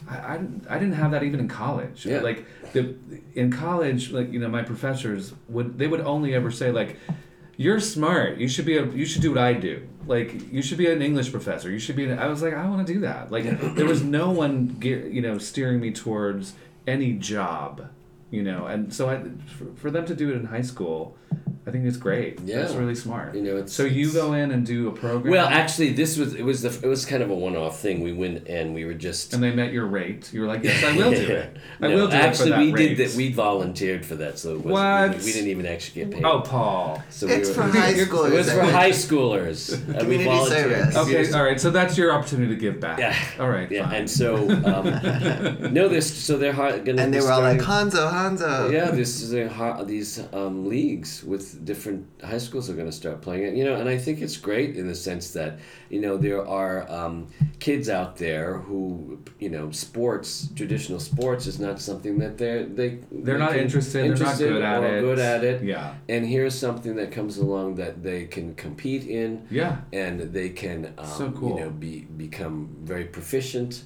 I, I didn't- I didn't have that even in college.
Yeah.
Like the in college, like you know, my professors would they would only ever say like, "You're smart. You should be a you should do what I do. Like you should be an English professor. You should be." An, I was like, I want to do that. Like there was no one ge- you know steering me towards any job, you know, and so I for, for them to do it in high school I think it's great.
Yeah.
It's really smart.
You know, it's-
so you go in and do a program.
Well, actually, this was it was the it was kind of a one off thing. We went and we were just
and they met your rate. You were like, yes, I will do it. I
No,
will do
actually,
it for that
we
rate.
did that. We volunteered for that, so it wasn't,
What?
We, we didn't even actually get paid.
oh, Paul.
so
It's
we
for
were,
high
It
schoolers.
It was for
I
high
think.
schoolers. uh, and
Community service.
Okay, all right. So that's your opportunity to give back.
Oh, Yeah.
All right.
Yeah,
fine.
and so um, no, this so they're hi- gonna.
And they
be
were all like,
starting-
Hanzo, Hanzo.
yeah, this is a, ho- these um, leagues with different high schools are going to start playing it. You know, and I think it's great in the sense that you know there are um, kids out there who you know sports, traditional sports, is not something that they're they
They're not
can-
interested.
interested
They're not good
or
at it.
Good at it.
Yeah.
And here's something that comes along that they can compete in
Yeah.
and they can um,
So cool.
you know be become very proficient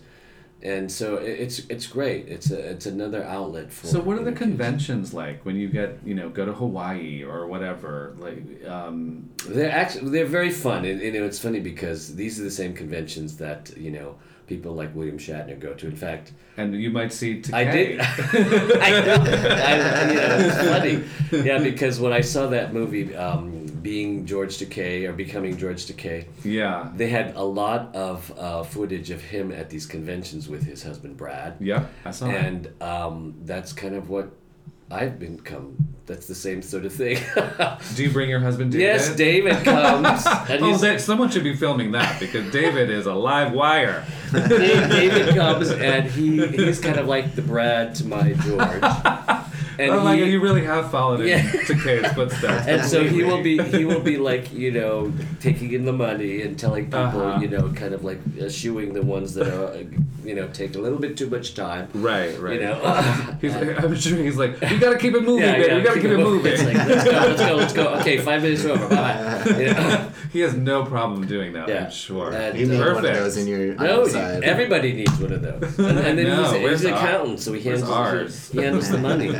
and so it, it's it's great it's a, it's another outlet for
So what are the
you know, kids.
conventions like when you get you know go to Hawaii or whatever? Like, um,
they're actually they're very fun and you know it's funny because these are the same conventions that you know people like William Shatner go to in fact
and you might see. Takei.
I did. I know. I, you know, it's funny. Yeah, because when I saw that movie, um, being George Takei or becoming George Takei,
Yeah.
they had a lot of uh, footage of him at these conventions with his husband Brad.
Yep. I saw that.
and um, that's kind of what I've become. That's the same sort of thing.
Do you bring your husband David?
yes, David comes. And
Oh,
he's,
that, someone should be filming that because David is a live wire.
Da- David comes, and he he's kind of like the Brad to my George. And
oh my
he-
god, you really have followed in
Yeah.
Takei's footsteps.
and so he will
completely.
be he will be like you know taking in the money and telling people
Uh-huh.
you know kind of like eschewing the ones that are uh, you know take a little bit too much time.
Right, right.
You know, Uh,
He's, I'm sure he's like, we gotta keep it moving,
Yeah,
baby.
yeah,
we gotta keep it moving.
It's like, let's go, let's go, let's go. Okay, five minutes are over. Bye bye.
he has no problem doing that.
Yeah.
I'm sure.
That-
You need one of
Perfect.
those in your
No,
no, side.
everybody needs one of those. And, and then
No,
he's, he's
where's
an
our-
accountant, so he
where's
handles
ours?
The, he handles the money.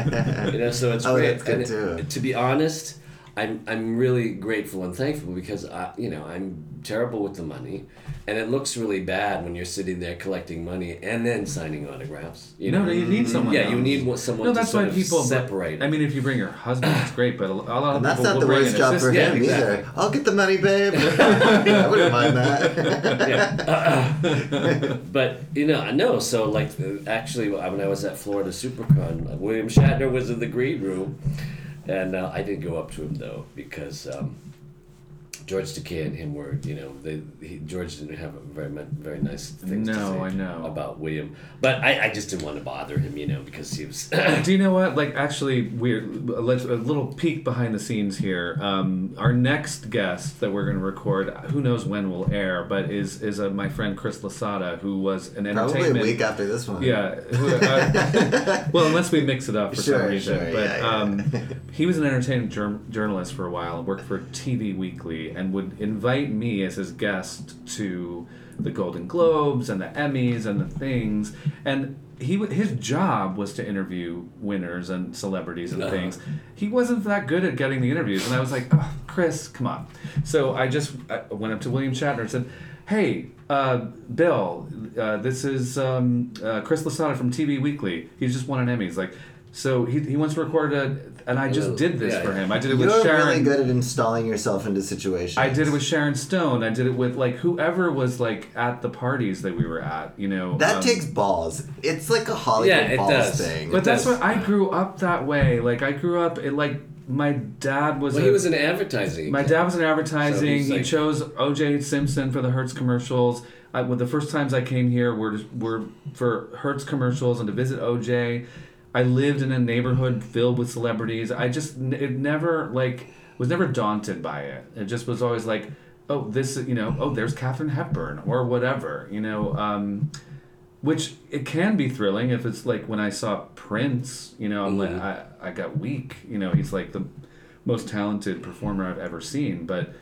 You know, so it's
Oh,
great.
that's good
And it-
too.
to be honest, I'm I'm really grateful and thankful because I you know I'm terrible with the money, and it looks really bad when you're sitting there collecting money and then signing autographs. You
no,
know,
no, you
Mm,
need someone.
yeah,
else.
you need one- someone
No,
to
that's
sort
why
of
people
separate.
I mean, if you bring your husband, it's great, but a lot of
And that's
people
not
will
the
bring
worst
an
job for
assistant.
him
Yeah,
either. I'll get the money, babe. I wouldn't mind that.
But you know, I know. So like, uh, actually, when I was at Florida SuperCon, uh, William Shatner was in the green room, and uh, I didn't go up to him though because um, George Takei and him were, you know, they he, George didn't have a very mu- very nice things to
No,
say
I know.
about William. But I, I just didn't want to bother him, you know, because he was.
Do you know what? Like, actually, we're let's, a little peek behind the scenes here. Um, our next guest that we're going to record, who knows when will air, but is is uh my friend Chris Lasada, who was an
Probably a
entertainment.
week after this one.
Yeah. who- uh, well, unless we mix it up for some
Sure,
reason.
sure,
but
yeah, yeah.
Um, he was an entertainment jour- journalist for a while, worked for TV Weekly, and would invite me as his guest to the Golden Globes and the Emmys and the things. And he w- his job was to interview winners and celebrities and things. He wasn't that good at getting the interviews, and I was like, oh, Chris, come on. So I just I went up to William Shatner and said. Hey, uh, Bill, uh, this is um, uh, Chris Lasada from TV Weekly. He just won an Emmy. He's like, so he, he once recorded, a, and I just did this
Yeah,
for
yeah.
him. I did it
Oh, You're
with Sharon.
really good at installing yourself into situations.
I did it with Sharon Stone. I did it with like whoever was like at the parties that we were at. You know
That
um,
takes balls. It's like a Hollywood
Yeah, it
balls
does.
thing.
But that's
does.
what I grew up that way. Like I grew up it like my dad was.
well,
a,
he was in advertising.
My dad was in
So
advertising.
he's
he
like-
chose O.J. Simpson for the Hertz commercials. I, well, the first times I came here were were for Hertz commercials and to visit O.J. I lived in a neighborhood filled with celebrities. I just n- it never like was never daunted by it. It just was always like, oh, this you know, oh, there's Katherine Hepburn or whatever, you know. Um, which it can be thrilling if it's like when I saw Prince, you know, I'm like I, I got weak, you know, he's like the most talented performer I've ever seen, but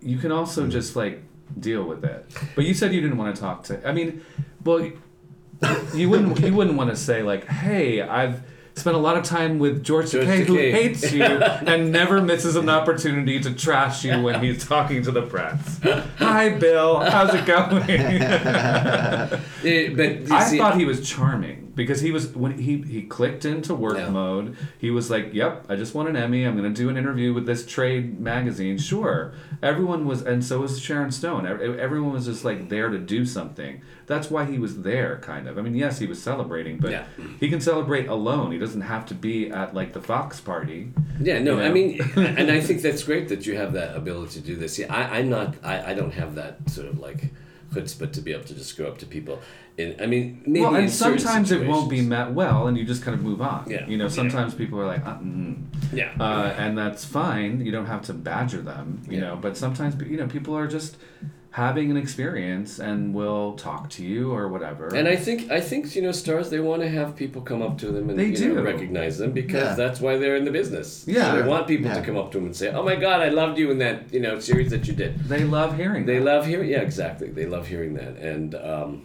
you can also just like deal with it. But you said you didn't want to talk to I mean, well you wouldn't you wouldn't want to say like, "Hey, I've spent a lot of time with George,
George
Takei, who
Takei."
hates you and never misses an opportunity to trash you when he's talking to the press." Hi Bill, how's it going?
Eh, but you
I
see-
thought he was charming. because he was when he he clicked into work
Yeah.
mode. He was like, "Yep, I just won an Emmy. I'm going to do an interview with this trade magazine." Sure, everyone was, and so was Sharon Stone. Ev- Everyone was just like there to do something. That's why he was there, kind of. I mean, yes, he was celebrating, but
Yeah.
he can celebrate alone. He doesn't have to be at like the Fox party.
Yeah, no,
You
I
know?
mean, and I think that's great that you have that ability to do this. Yeah, I, I'm not, I, I don't have that sort of like chutzpah to be able to just go up to people. And I mean, maybe
well,
in
and
certain
sometimes it won't be
situations.
met well, and you just kind of move on.
Yeah.
You know,
Yeah.
sometimes people are like, uh, mm.
Yeah.
uh, and that's fine. You don't have to badger them. You
Yeah.
know, but sometimes you know people are just having an experience and will talk to you or whatever.
and I think I think you know stars they want to have people come up to them and
They
you
do.
Know, recognize them because
Yeah.
that's why they're in the business.
Yeah.
they want people
Yeah.
to come up to them and say, "Oh my God, I loved you in that you know series that you did."
they love hearing.
They
that.
love hearing. Yeah, exactly. They love hearing that. And um,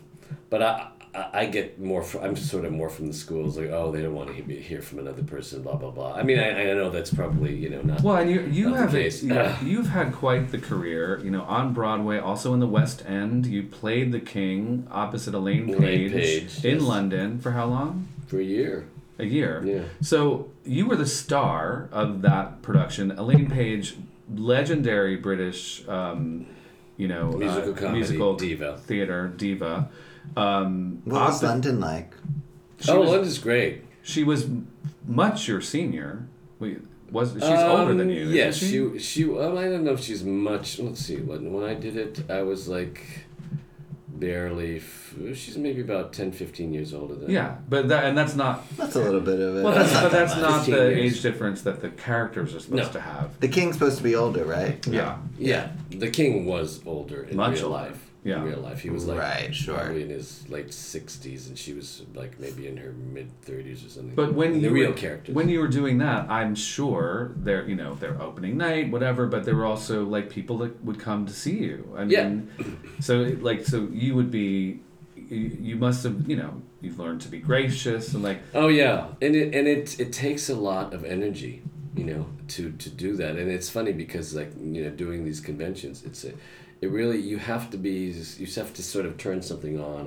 but I, I I get more. From, I'm sort of more from the schools like, oh, they don't want to hear, hear from another person. Blah blah blah. I mean, I, I know that's probably you know not.
Well, and you you
Not the
have a,
case.
yeah, you've had quite the career, you know, on Broadway, also in the West End. You played the King opposite Elaine
Elaine
Page,
Page,
in
yes.
London for how long?
for a year.
A year.
Yeah.
So you were the star of that production. Elaine Page, legendary British, um, you know, uh,
Musical comedy diva.
theater diva. Um,
What was London like?
she
oh,
was-
London's great.
she was much your senior. We was she's older
Um,
than you? isn't
Yes,
she?
she she. Well, I don't know if she's much. Let's see. When when I did it, I was like barely. F- she's maybe about 10, 15 years older than.
Yeah, but that and that's not
That's a little bit of it.
Well, that's, but
that
that's
much.
not
15
the
years.
age difference that the characters are supposed
No.
to have.
The king's supposed to be older, right?
Yeah.
Yeah, the king was older in
Much
real
older,
life.
yeah.
in real life, he was like
Right, sure.
probably in his late sixties, and she was like maybe in her mid thirties or something.
But when
the
you
real
were,
characters,
when you were doing that, I'm sure there, you know, their opening night, whatever. But there were also like people that would come to see you. I mean,
Yeah.
so like, so you would be, you, you must have, you know, you've learned to be gracious and like,
oh yeah, and it and it it takes a lot of energy, you know, to to do that, and it's funny because like you know doing these conventions, it's a, it really you have to be you have to sort of turn something on,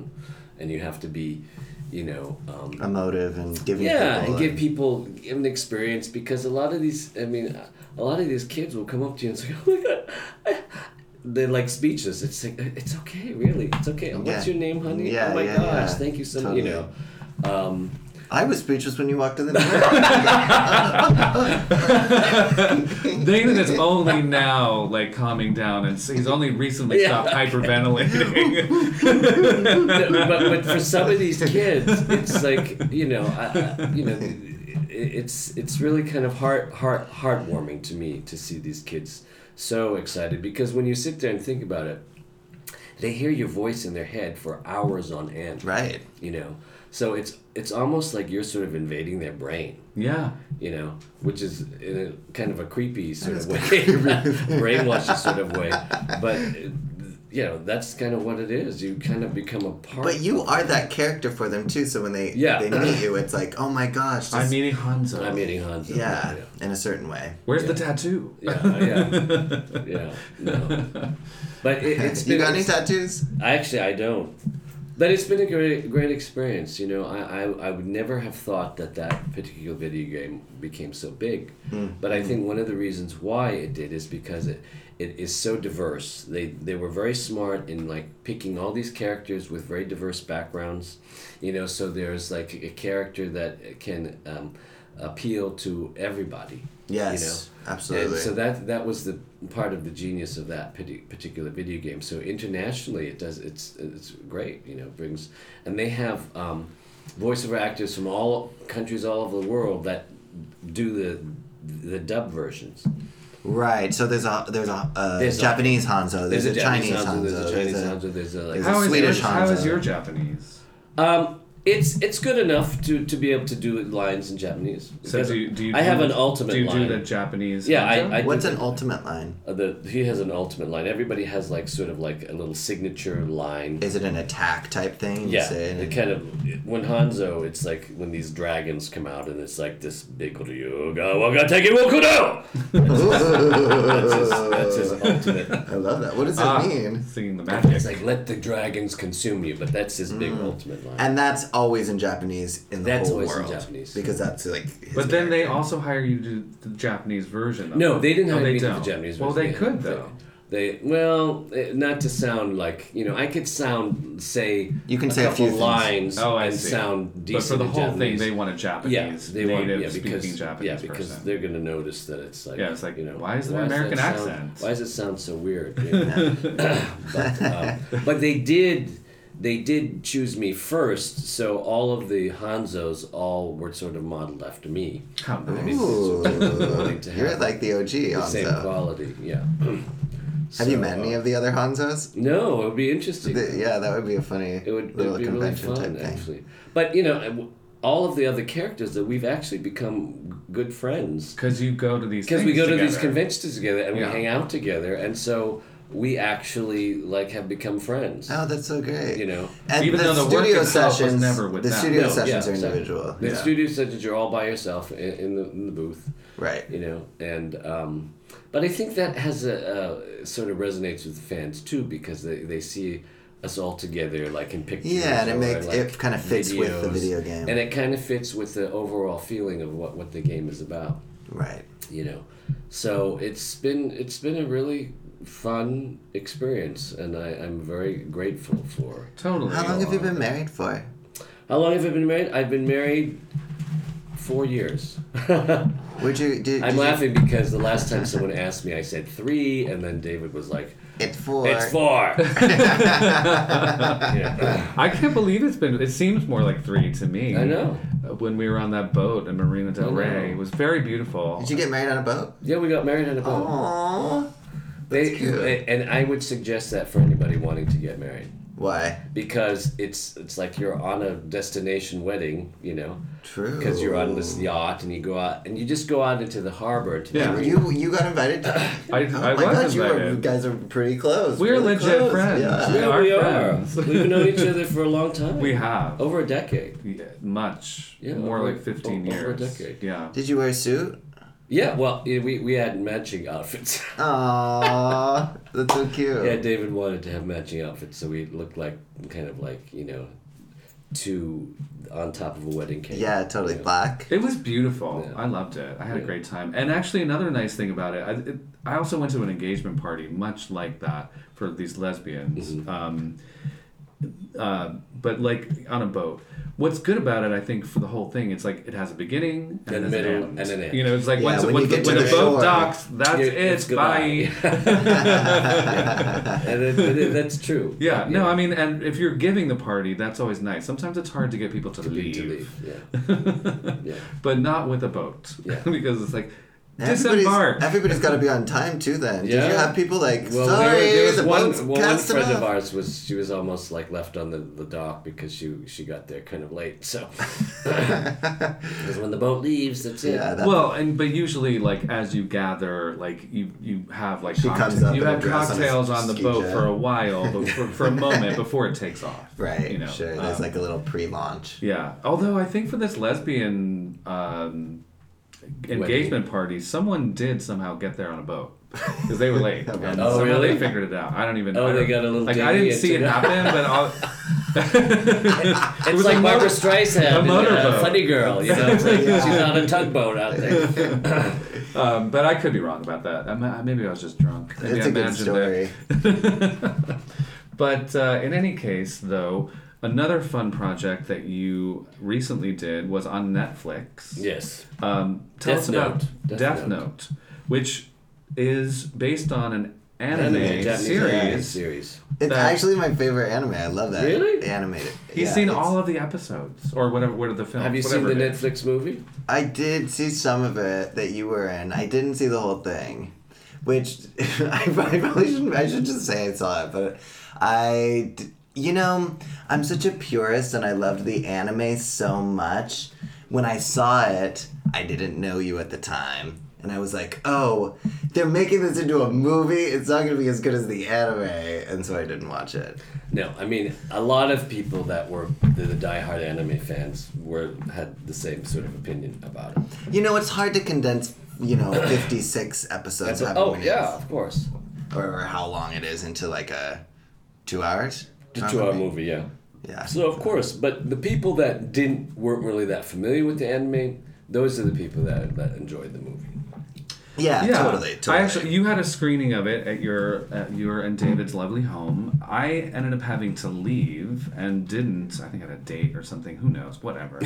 and you have to be, you know. Um,
Emotive and giving
yeah
people.
and give people give an experience because a lot of these i mean a lot of these kids will come up to you and say oh my god I-" they're like speechless it's like "Uh, it's okay really it's okay what's
Yeah.
your name honey oh
Yeah,
my
yeah,
gosh
yeah.
thank you so much you know um,
I was speechless when you walked in the door.
David is only now like calming down, and so he's only recently
Yeah.
stopped hyperventilating.
but, but for some of these kids it's like you know I, I, you know it- it's it's really kind of heart heart heartwarming to me to see these kids so excited because when you sit there and think about it they hear your voice in their head for hours on end
right.
you know so it's it's almost like you're sort of invading their brain
yeah.
you know which is in a kind of a creepy sort of way brainwashy sort of way but uh, you know that's kind of what it is you kind of become a part
But you
of
are
it.
that character for them too. So when they
Yeah.
they meet you, it's like, oh my gosh,
I'm
this-
meeting Hanzo.
i'm eating hanzo
yeah, in a certain way.
Where's the tattoo?
yeah yeah yeah no. but it, it's
you
been
got any tattoos?
actually i don't but it's been a great, great experience. You know, I, I, I would never have thought that that particular video game became so big.
Mm.
But I think one of the reasons why it did is because it, it is so diverse. They, they were very smart in like picking all these characters with very diverse backgrounds. You know, so there's like a character that can um, appeal to everybody.
Yes, absolutely.
And so that that was the part of the genius of that pati- particular video game. So internationally, it does it's it's great. You know, brings and they have um, voiceover actors from all countries all over the world that do the the dub versions.
right. So there's a there's a, uh
There's a-
Japanese Hanzo. There's, a, Chinese Hanzo.
There's a Chinese Hanzo. There's a like.
There's
How is
Swedish
your, how is
Hanzo.
your Japanese?
Um, it's it's good enough to, to be able to do lines in Japanese.
So
Because
do you, do you
I have
do-
an ultimate
Do you do
line.
the Japanese?
Yeah,
Hanzo?
I-
What's an ultimate line?
Uh, the he has an ultimate line. Everybody has like sort of like a little signature line.
Is it an attack type thing? You
Yeah,
say it
it
and-
kind of when Hanzo, it's like when these dragons come out and it's like this big yoga waga take wokudo. That's Uh, his, that's his ultimate.
I love that. What does
Ah,
it mean?
Singing the magic.
It's like let the dragons consume you, but that's his big ultimate line.
Mm. And that's always in Japanese in the
That's
whole
always in
world
Japanese.
because that's like. his
But then they
character.
also hire you to do the Japanese version. Of
No, they didn't
No,
have
they
me do the
don't.
Japanese.
Well,
version.
they could,
They-
though.
They well, eh, not to sound like you know, I could sound say
You can say a
couple
few things.
lines
Oh, I
and
see.
sound
But for
decent.
the
in
whole thing,
Japanese.
they want a Japanese
yeah, they
native
want yeah
speaking
because
Japanese
yeah because
person.
they're gonna notice that it's like
Yeah, it's like,
you know
why is it an
does that
American
sound-
accent?
Why does it sound so weird? you know? but, um, but they did they did choose me first, so all of the Hanzos all were sort of modeled after me.
How nice.
Ooh,
wanting to
you're
have
like the OG
The same
Hanzo.
quality, yeah. uh,
Have you met any of the other Hanzos?
No, it would be interesting.
The- yeah, that would be a funny
it would, it
little
would be really fun,
convention type thing.
actually. But you know, I w- all of the other characters that we've actually become g- good friends
Because you go to these
because we
things
go to these
together.
conventions together and
Yeah.
we hang out together, and so we actually like have become friends.
Oh, that's so great.
You know,
and
Even
the
though the work
studio
itself was
sessions,
never with
the
them.
studio
No,
sessions
yeah,
are
exactly.
individual.
the
yeah.
studio sessions you're all by yourself in, in the in the booth.
right.
you know and um, but i think that has a uh, sort of resonates with fans too because they, they see us all together like in pictures
Yeah, and it
or,
makes-
like,
it kinda fits with the
videos.
video game.
and it kind of fits with the overall feeling of what, what the game is about
Right.
you know so it's been it's been a really fun experience and I, i'm very grateful for
Totally.
How long have you been married for?
how long have i been married i've been married four years
Would you? Did, did
I'm
you,
laughing because the last time someone asked me, I said three, and then David was like,
It's four.
"It's four. Yeah.
I can't believe it's been. It seems more like three to me.
I know.
Uh, When we were on that boat in Marina
I
Del
know.
Rey, it was very beautiful.
Did you get married on a boat?
Yeah, we got married on a boat.
Aww.
They-
Oh, that's cute.
and- And I would suggest that for anybody wanting to get married
Why?
because it's it's like you're on a destination wedding, you know,
True.
because you're on this yacht and you go out and you just go out into the harbor. To
Yeah.
Were you you got invited? To,
I,
oh
I
my
was
god, you, were, you
invited.
guys are pretty close.
We're
really
legit
close.
friends.
Yeah.
We
Yeah,
are
we are.
friends.
We've known each other for a long time.
We have
over a decade.
Yeah, much
Yeah,
more
over-
like fifteen
over a
years.
decade.
Yeah.
Did you wear a suit?
Yeah, well, yeah, we we had matching outfits.
Aww, that's so cute.
Yeah, David wanted to have matching outfits, so we looked like kind of like you know, two on top of a wedding cake.
Yeah, totally
you know.
black.
It was beautiful.
Yeah.
I loved it. I had a
Yeah.
great time. And actually, another nice thing about it, I, it, I also went to an engagement party much like that for these lesbians.
Mm-hmm.
Um, uh, but like on a boat. What's good about it, I think, for the whole thing, it's like it has a beginning and,
And
it has
middle
an end.
and an end.
You know, it's like
Yeah,
once
when
when,
you
the,
get
when
to
the
the
boat
shore,
docks, that's
Yeah,
it.
it's
bye.
goodbye. And it, it- that's true.
Yeah, no, I mean, and if you're giving the party, that's always nice. Sometimes it's hard to get people to, leave,
Need to leave. Yeah. yeah.
but not with a boat,
Yeah.
because it's like
Everybody's,
disembark.
everybody's got to be on time too. Then did you
Yeah.
have people like
Well,
sorry,
there, was-
the
there was
boat's
one, well, one
casting
friend of
off."
ours was she was almost like left on the, the dock because she she got there kind of late. So because when the boat leaves, that's it.
Yeah, that,
Well, and but usually, like as you gather, like you you have like
She comes up
you
in a
have
dress on a
cocktails on, the
ski
boat
jet.
for a while, but for, for a moment before it takes off.
right.
You know.
sure, there's
um,
like a little pre-launch.
yeah. Although I think for this lesbian um, engagement party, someone did somehow get there on a boat. Because they were late. And
Oh,
somehow
really?
They figured it out. I don't even.
Oh,
I
they
don't-
got a little
Like I didn't
dinghy
see it
and took-
happen, but I'll,
It's
was
like
a
Barbara
motor- a
Streisand, in,
motorboat.
uh, Funny Girl. You know, it's like she's on a tugboat out there.
um, but I could be wrong about that. I, ma- maybe I was just drunk. Maybe
it's
I
a good
imagined it.
story.
But uh, in any case, though, another fun project that you recently did was on Netflix.
Yes.
Um, tell
Death
us about
Note.
Death,
Death
Note. which is based on an anime,
Anime, Japanese
series.
anime series.
It's
that-
actually my favorite anime. I love that.
Really?
Animated.
He's
Yeah,
seen
it's-
all of the episodes, or whatever, what are the films?
Have you seen
whatever
the
it is.
Netflix movie?
I did see some of it that you were in. I didn't see the whole thing, which I probably shouldn't. I should just say I saw it, but I, d- you know, I'm such a purist, and I loved the anime so much. When I saw it, I didn't know you at the time. And I was like, oh, they're making this into a movie. It's not going to be as good as the anime. And so I didn't watch it.
No, I mean a lot of people that were the, the diehard anime fans were had the same sort of opinion about it.
You know, it's hard to condense, you know, 56 episodes.
So-
however
oh
many
yeah, of course,
or how long it is into like a two hours
the two-hour movie. Yeah,
Yeah.
So of course, but the people that didn't weren't really that familiar with the anime. Those are the people that, that enjoyed the movie.
yeah, totally. totally.
I actually, you had a screening of it at your at your and David's lovely home. I ended up having to leave and didn't. I think I had a date or something. Who knows? Whatever.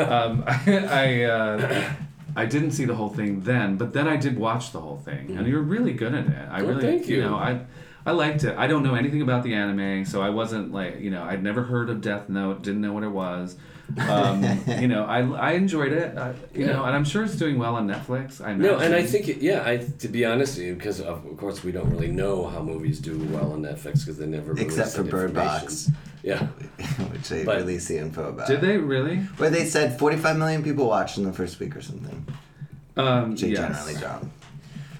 um, I I, uh, I didn't see the whole thing then, but then I did watch the whole thing, and you're really good at it. I
Mm-hmm. Well,
really,
thank you.
know, I. I liked it. I don't know anything about the anime, so I wasn't like you know I'd never heard of Death Note, didn't know what it was. Um, you know, I, I enjoyed it. I, you know, and I'm sure it's doing well on Netflix. I
No,
imagine.
and I think it, yeah. I to be honest, because of, of course we don't really know how movies do well on Netflix because they never release
Except
that
for Bird
information.
Box.
Yeah,
Which they
But-
released the info about.
Did they really?
Where they said 45 million people watched in the first week or something.
Um,
They
yes.
generally don't.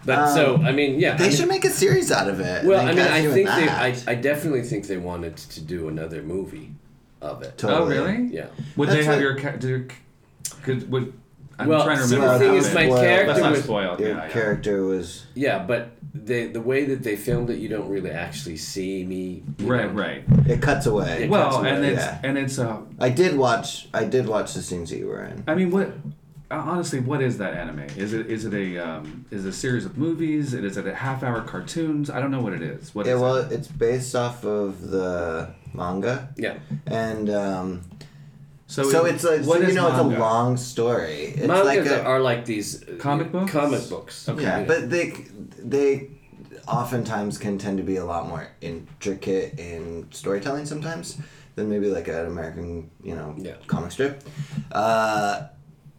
but so I mean, yeah.
Um, They
I mean,
should make a series out of it.
well, I mean,
cast you
I
in
think they.
that.
I, I definitely think they wanted to do another movie of it.
Oh,
Totally.
really?
Yeah.
Would
That's
they have
like-
your ca- do your c- could would I'm
Well,
trying to
so
remember.
the
how
thing
it
is,
is.
my
Well,
Let's
character
not
was
spoil.
Your
Yeah, yeah.
character was.
Yeah, but the the way that they filmed it, you don't really actually see me. you
Right,
know.
right.
It cuts away.
It
Well,
cuts
and
away,
it's
yeah.
and it's uh,
I did watch. I did watch the scenes that you were in.
I mean, what uh, honestly, what is that anime? Is it is it a um, is it a series of movies? Is it a half hour cartoons? I don't know what it is. What
Yeah,
is
well,
it?
it's based off of the manga,
Yeah.
and um,
So,
so
it-
it's like so
what
you
is
know it's
manga?
a long story. It's
Mangas
like a,
are like these uh,
Comic books?
Comic books.
Okay.
yeah, but they they oftentimes can tend to be a lot more intricate in storytelling sometimes than maybe like an American you know
Yeah.
comic strip. Uh,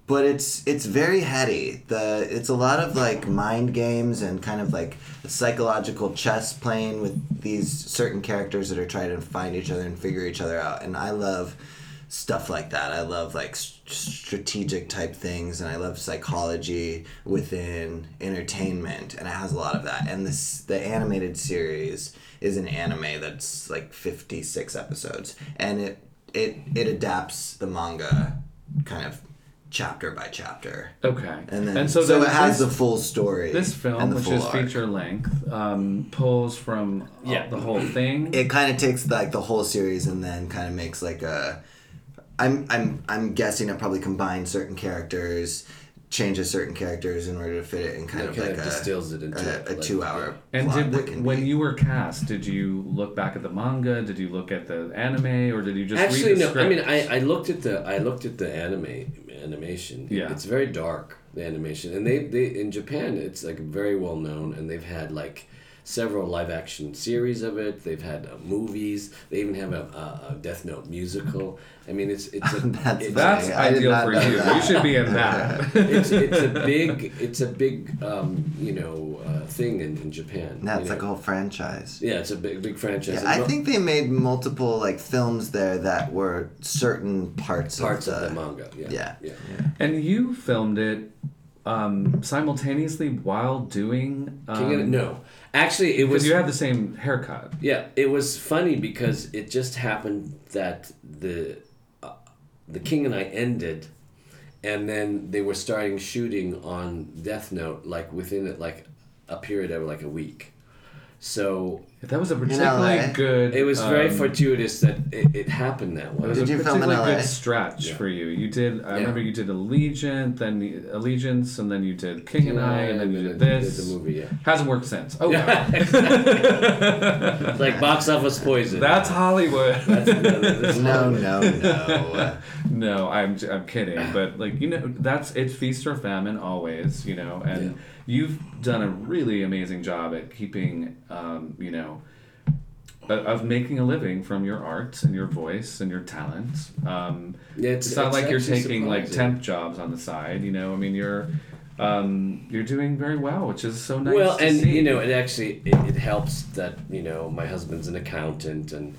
but it's it's very heady. The it's a lot of like mind games and kind of like psychological chess playing with these certain characters that are trying to find each other and figure each other out. And I love stuff like that. I love like st- strategic type things, and I love psychology within entertainment, and it has a lot of that. And this the animated series is an anime that's like fifty six episodes, and it it it adapts the manga kind of chapter by chapter.
okay.
And then
so,
so,
then
it has
this,
the full story.
this
and
film,
the
which
full
is
arc.
feature length, um, pulls from uh,
Yeah.
the whole thing.
It kind of takes like the whole series and then kind of makes like a I'm I'm I'm guessing it probably combines certain characters, changes certain characters in order to fit it in kind
It
of
kind
like
of
a,
distills it into
a, a
like-
two hour
And
plot
did
that can
when
be-
you were cast, did you look back at the manga? Did you look at the anime, or did you just
Actually,
read the
no.
Script?
I mean, I, I looked at the I looked at the anime animation.
Yeah.
It's very dark the animation, and they they in Japan it's like very well known, and they've had like several live action series of it. They've had uh, movies. They even have a, a, a Death Note musical. I mean, it's it's a
That's
it's,
that's
I did
ideal
not
for
know
you.
that.
You should be in that.
it's, it's a big it's a big um, you know uh, thing in, in Japan.
No,
you
it's
know.
like a whole franchise.
yeah, it's a big big franchise.
I
And
think they made multiple like films there that were certain parts,
parts
of the,
manga. Yeah,
yeah.
yeah.
and you filmed it um, simultaneously while doing. Um,
Can you get it? No, actually, it was
because you had the same haircut.
Yeah, it was funny because it just happened that the uh, the King and I ended, and then they were starting shooting on Death Note like within it like a period of like a week, so
That was a particularly
LA.
good.
it was very
um,
fortuitous that it, it happened that way.
It was
Did
a
you film in
particularly
LA?
good stretch
Yeah.
for you. You did. I remember you did Allegiant, then Allegiance, and then you did King and I, and then you did
I
this.
the movie, yeah.
Hasn't worked since. Oh, wow.
It's like box office poison.
that's Hollywood.
No, no, no.
No, I'm j- I'm kidding, but like you know, that's it's feast or famine always, you know, and
Yeah.
you've done a really amazing job at keeping, um, you know, o- of making a living from your art and your voice and your talent. Um,
Yeah,
it's,
it's-
not
it's
like you're
actually
taking like
surprising.
temp jobs on the side, you know. I mean, you're um, you're doing very well, which is so nice.
well
to
and
see.
you know it actually it, it helps that you know my husband's an accountant and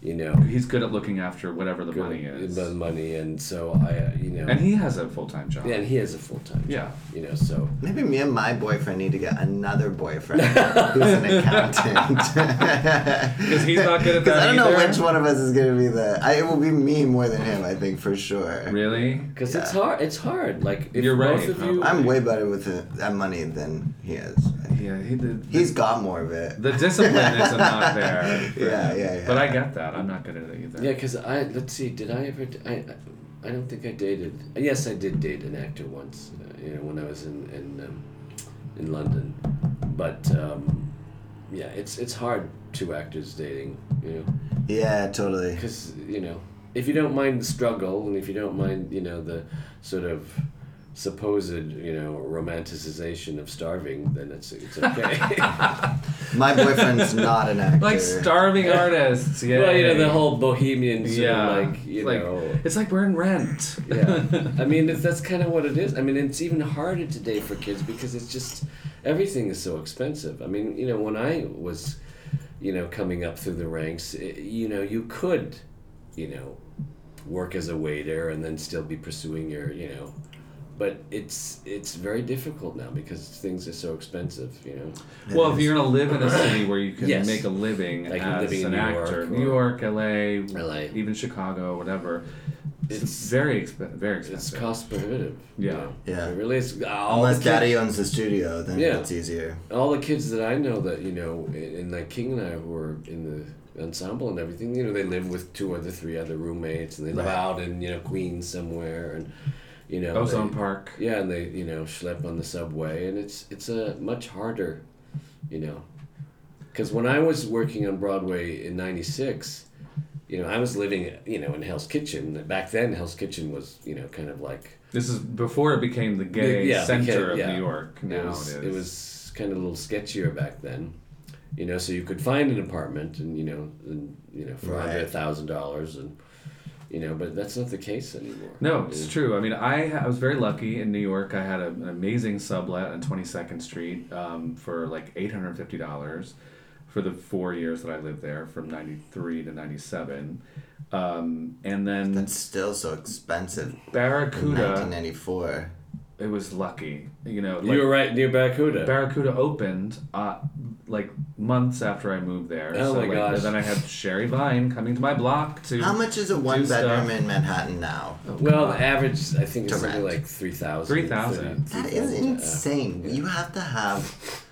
you know
he's good at looking after whatever the money is,
the money and so i uh, you know
and he has a full time job.
yeah, and he has a full-time
Yeah.
job, you know so
Maybe me and my boyfriend need to get another boyfriend who's an accountant.
because he's not good at that
Because I don't know
either.
which one of us is gonna be the. I, it will be me more than him, I think for sure.
Really?
because it's hard it's hard like if
You're
both
right,
of you
I'm way better with the, that money than he is.
Yeah, he did.
He's got more of it.
The discipline is not there.
Yeah, yeah, yeah.
But I get that. out. I'm not good at it either.
Yeah, because I let's see, did I ever? d- I I- I don't think I dated. Yes, I did date an actor once. Uh, you know, when I was in in um, in London, but um, yeah, it's it's hard two actors dating. You know,
Yeah, totally.
because you know if you don't mind the struggle and if you don't mind you know the sort of supposed you know romanticization of starving, then it's it's okay.
My boyfriend's not an actor.
Like starving artists. Yeah.
well, you know the whole bohemian sort
Yeah.
of like you
Like,
know.
It's like we're in rent.
yeah i mean it's, that's kind of what it is i mean it's even harder today for kids because it's just everything is so expensive i mean you know when i was you know coming up through the ranks i you know you could you know work as a waiter and then still be pursuing your you know but it's it's very difficult now because things are so expensive you know
Well, if you're gonna live in a city where you can
Yes.
make a living
Like
as
living
an
in New York
actor,
or-
New York, LA,
LA.
even Chicago, whatever, it's,
It's-
very exp- very
it's
expensive.
cost prohibitive
Yeah.
you know.
Yeah.
it really is all the
Unless
kids-
daddy owns the studio, then
Yeah.
it's easier.
all the kids that I know that you know, and and, like King and I who are in the ensemble and everything, you know, they live with two other, three other roommates, and they live
Right.
out in you know Queens somewhere, and you know,
Ozone
they-
Park.
Yeah, and they you know schlep on the subway, and it's it's a much harder, you know, because when I was working on Broadway in '96, you know, I was living you know in Hell's Kitchen. Back then, Hell's Kitchen was you know kind of like
This is before it became the gay
Yeah,
center
became-
of
yeah.
New York. Now
it was it was kind of a little sketchier back then you know so you could find an apartment and you know and you know for
Right.
under a thousand dollars and you know but that's not the case anymore
No, it's true. I mean, I, ha- I was very lucky in New York. I had a, an amazing sublet on 22nd Street um, for like $850 for the four years that I lived there from 93 to 97. Um, and then
That's still so expensive. In
Barracuda,
1994.
it was lucky. You know,
you were
like,
right near barracuda
Barracuda opened uh, like months after I moved there.
Oh my
like,
gosh.
Then I had Sherry Vine coming to my block to.
How much is a
do
one bedroom
stuff.
in Manhattan now?
well the average i think
To
is something
rent.
like 3000
3,000.
That is insane. You have to have.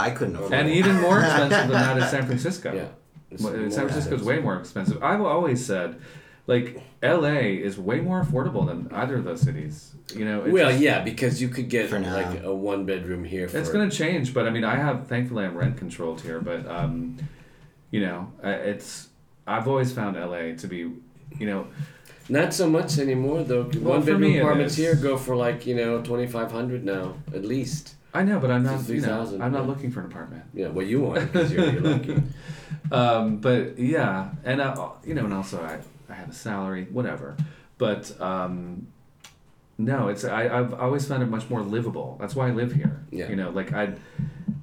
I couldn't afford.
And
it.
even more expensive than that is San Francisco.
yeah It's
Well,
more
San Francisco's
average.
way more expensive. I've always said, like, L.A. is way more affordable than either of those cities. You know, it's,
well yeah because you could get
For now.
like a one bedroom here for
it's going to change. But I mean, I have thankfully I'm rent controlled here, but um, you know, I- it's I've always found L.A. to be, you know,
not so much anymore though one
for me
bedroom
it
apartments
is.
here go for like you know 2500 now at least
I know, but I'm not, you know,
3,000,
I'm not
yeah.
looking for an apartment.
yeah well you want because you're, you're lucky
Um, but yeah, and I, you know, and also I, I have a salary, whatever. But um, no, it's I, I've always found it much more livable. That's why I live here.
Yeah.
You know, like I,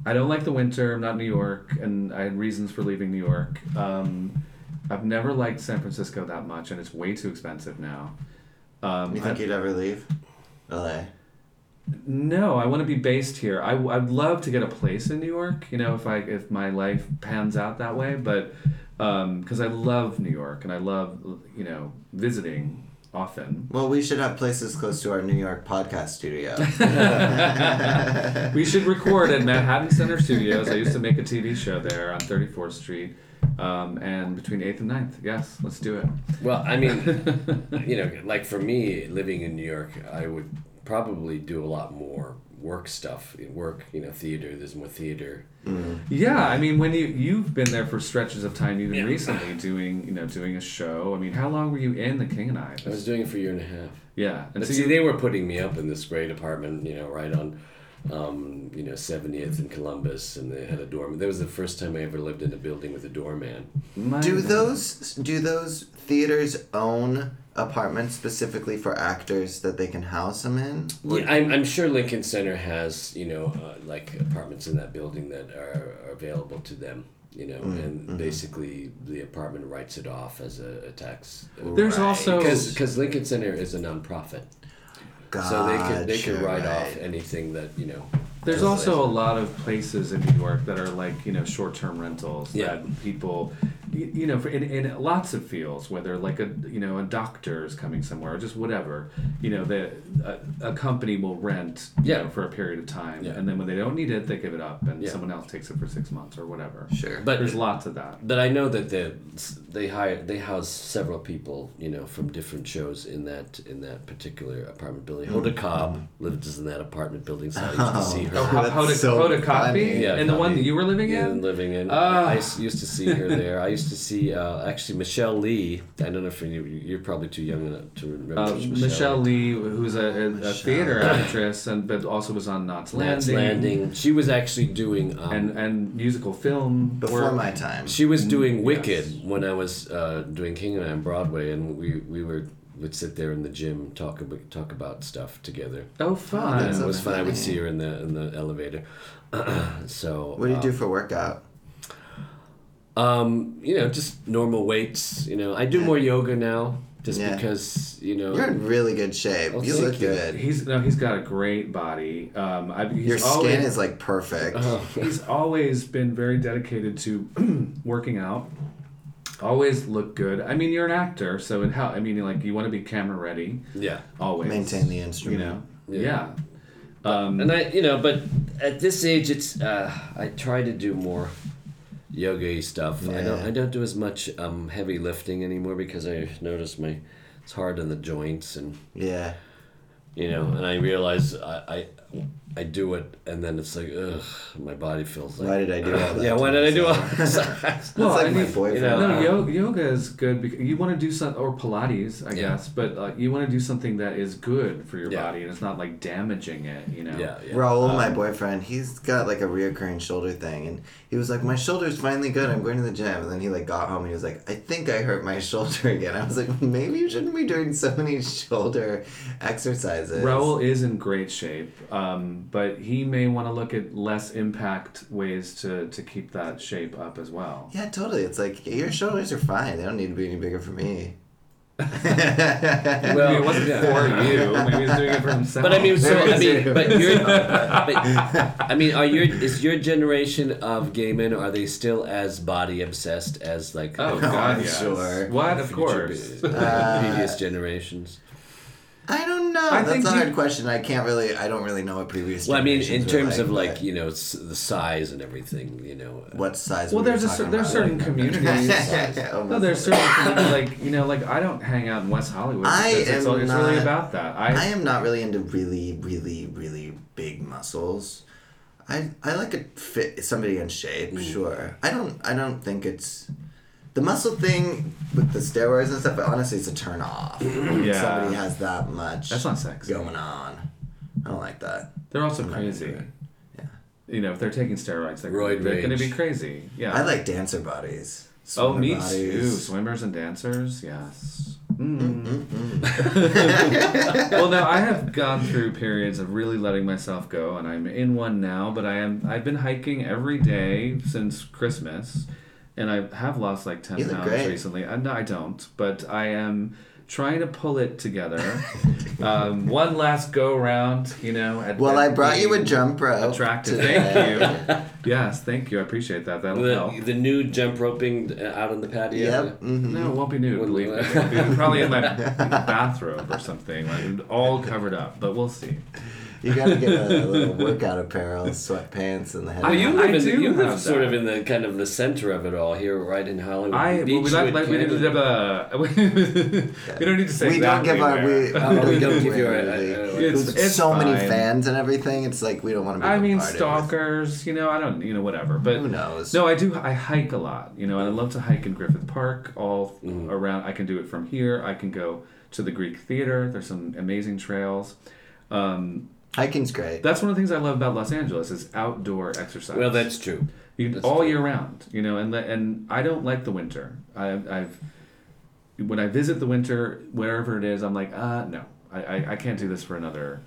I don't like the winter. I'm not in New York, and I had reasons for leaving New York. Um, I've never liked San Francisco that much, and it's way too expensive now. Um,
You think
I-
you'd ever leave? LA.
no, I want to be based here. I would love to get a place in New York. You know, if I if my life pans out that way, but because I love New York and I love you know visiting often.
Well, we should have places close to our New York podcast studio.
We should record at Manhattan Center Studios. I used to make a TV show there on Thirty Fourth Street, um, and between Eighth and 9th. Yes, let's do it.
Well, I mean, you know, like for me, living in New York, I would probably do a lot more work stuff. Work, you know, theater. There's more theater.
Yeah, I mean, when you you've been there for stretches of time, even recently doing you know doing a show. I mean, how long were you in The King and I?
I was doing it for a year and a half.
Yeah, and
But
so
see,
you
they were putting me up in this great apartment, you know, right on, um, you know, 70th in Columbus, and they had a doorman. That was the first time I ever lived in a building with a doorman.
my
do
God.
those do those theaters own apartments specifically for actors that they can house them in?
Yeah, I'm, I'm sure Lincoln Center has, you know, uh, like apartments in that building that are, are available to them, you know,
Mm,
and
mm-hmm.
basically the apartment writes it off as a, a tax.
There's also-
Because Lincoln Center is a nonprofit.
God,
So they could they could
you're
write off
right.
anything that you know.
There's
doesn't-
also a lot of places in New York that are like you know short-term rentals
Yeah.
that people you, you know, for, in, in lots of fields, whether like a you know a doctor is coming somewhere or just whatever, you know, the a, a company will rent you
Yeah.
know, for a period of time,
Yeah.
and then when they don't need it, they give it up, and
Yeah.
someone else takes it for six months or whatever.
Sure. But-
there's lots of that.
But I know that the they hire they house several people, you know, from different shows in that in that particular apartment
Mm,
building. Hoda Cobb lives in that apartment building, so I used to see her.
mm-hmm. Oh,
How,
that's
how to,
so
how to copy
funny.
Yeah,
and the one
copy.
that you were living
Yeah,
in.
living in.
Ah.
I s- used to see her there. I used to see uh, actually Michelle Lee. I don't know if you you're probably too young enough to remember
Uh, Michelle Lee, who's a, a, a theater actress, and but also was on Knots
Lance
Landing,
Landing. She was actually doing um,
and and musical film
Before
work.
my time.
She was
Mm,
doing Wicked when I was uh, doing Kingdom on Broadway, and we, we were would sit there in the gym talk about talk about stuff together.
Oh,
And
fun!
that's
it
so
was fun. I would
funny.
see her in the in the elevator. so
What do you
uh,
do for workout?
Um, you know, just normal weights. You know, I do more yoga now, just
Yeah.
because you know.
You're in really good shape.
Well,
you
thank
look
you.
good.
He's no, he's got a great body. Um, I, he's
Your
always,
skin is like perfect.
He's always been very dedicated to working out. Always look good. I mean, you're an actor, so in how I mean, like you want to be camera ready
yeah.
always.
Maintain the
You
instrument.
know.
Yeah.
Yeah. Um,
And I, you know, but at this age, it's uh, I try to do more yoga stuff. I don't,
Yeah.
I don't do as much um, heavy lifting anymore because I notice my it's hard on the joints and
Yeah.
you know, and I realize I, I, I do it, and then it's like, ugh, my body feels like.
Uh-huh. Why did I do all that?
yeah, why
to
did I do all
myself?
this?
Well,
That's like
I
my
mean,
boyfriend.
you know,
no, yo- yoga is good because you want to do some or Pilates, I
Yeah.
guess, but uh, you want to do something that is good for your
Yeah.
body and it's not like damaging it, you know.
yeah, yeah.
Raul, my
um,
boyfriend, he's got like a reoccurring shoulder thing, and he was like, "My shoulder's finally good. I'm going to the gym." And then he like got home and he was like, "I think I hurt my shoulder again." I was like, "Maybe you shouldn't be doing so many shoulder exercises."
Raul is in great shape, um, but he may want to look at less impact ways to, to keep that shape up as well.
Yeah, totally. It's like your shoulders are fine. They don't need to be any bigger for me.
Maybe it wasn't
yeah.
for you. Maybe he's doing it for himself.
But I mean, so I mean,
Zero.
but you're, but, I mean, are your is your generation of gay men are they still as body obsessed as like
oh
the
God,
I'm
yes.
sure.
What? Of
future-
course.
Uh,
previous generations?
I don't know.
I
That's
think
a
you-
hard question. I can't really. I don't really know what previous.
Well, I mean, in
generations were
terms of
but
like you know s- the size and everything, you know.
what size.
Well,
we were
there's a cer-
talking
there's
about.
certain communities.
Almost
No, there's
like-
certain communities, like you know, like I don't hang out in West Hollywood.
I
because it's,
am
all- it's really
not-
about that.
I am not really into really, really, really big muscles. I I like a fit somebody in shape,
Mm.
sure. I don't I don't think it's the muscle thing with the steroids and stuff. But honestly, it's a turn off.
Yeah.
somebody has that much.
That's not sexy.
going on. I don't like that.
They're also crazy.
Yeah.
You know, if they're taking steroids, they're,
Roid
they're going to be
rage.
crazy. Yeah.
I like dancer bodies.
Oh,
swimmer
me
bodies.
too. Swimmers and dancers, yes. Mm. well, no, I have gone through periods of really letting myself go, and I'm in one now. But I am I've been hiking every day since Christmas, and I have lost like ten
You look
pounds
great.
recently. I, no, I don't, but I am trying to pull it together. um, one last go round, you know. At,
Well, I
at
brought you a
being
jump rope.
Attractive.
today.
Thank you. yes, thank you. I appreciate that. That'll help.
The, the new jump roping uh, out on the patio.
Yep. hmm
No, it won't be nude.
Wouldn't-
Believe me, It'll be probably in my bathrobe or something, like all covered up. But we'll see.
You gotta get a little workout apparel, sweatpants, and the head.
Are
You
I
live, in the,
do
you live
have
sort
that.
of in the kind of the center of it all here, right in Hollywood.
I well, we
Beachwood,
like, like we did
Canada.
the uh, we don't need to say
we don't
exactly
give our
where.
we, uh,
Oh,
we don't give
give uh, you
your
a-
It's-
it's,
it's
so many
fine.
fans and everything it's like we don't want to be
I mean,
bombarded with-
stalkers. You know, I don't. You know, whatever. But
who knows
No, I do. I hike a lot. You know, and I love to hike in Griffith Park, all
Mm-hmm.
around. I can do it from here. I can go to the Greek Theater. There's some amazing trails. Um,
hiking's great
that's one of the things I love about Los Angeles is outdoor exercise.
Well, that's true.
You can,
That's
all
true.
year round, you know, and the, and I don't like the winter. I, I've when I visit the winter wherever it is, I'm like, uh, no, I, I, I can't do this for another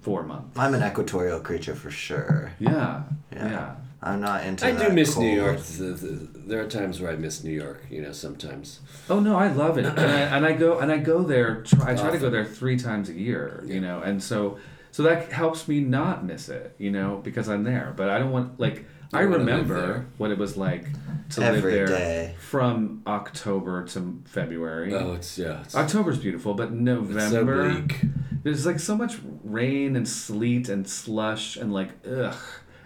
four months.
i'm an equatorial creature for sure
Yeah,
Yeah.
yeah.
i'm not into
I do
that
miss New
cold.
York. The- the- There are times where I miss New York. You know, sometimes.
Oh no, I love it, and I, and I go and I go there. Try, I try to go there three times a year, you know, and so so that helps me not miss it, you know, because I'm there. But I don't want like I
wanna live
remember
there.
what it was like to
Every
live there
day.
from October to February.
Oh, it's yeah. It's,
October's beautiful, but
it's so
November
bleak.
there's like so much rain and sleet and slush and like ugh,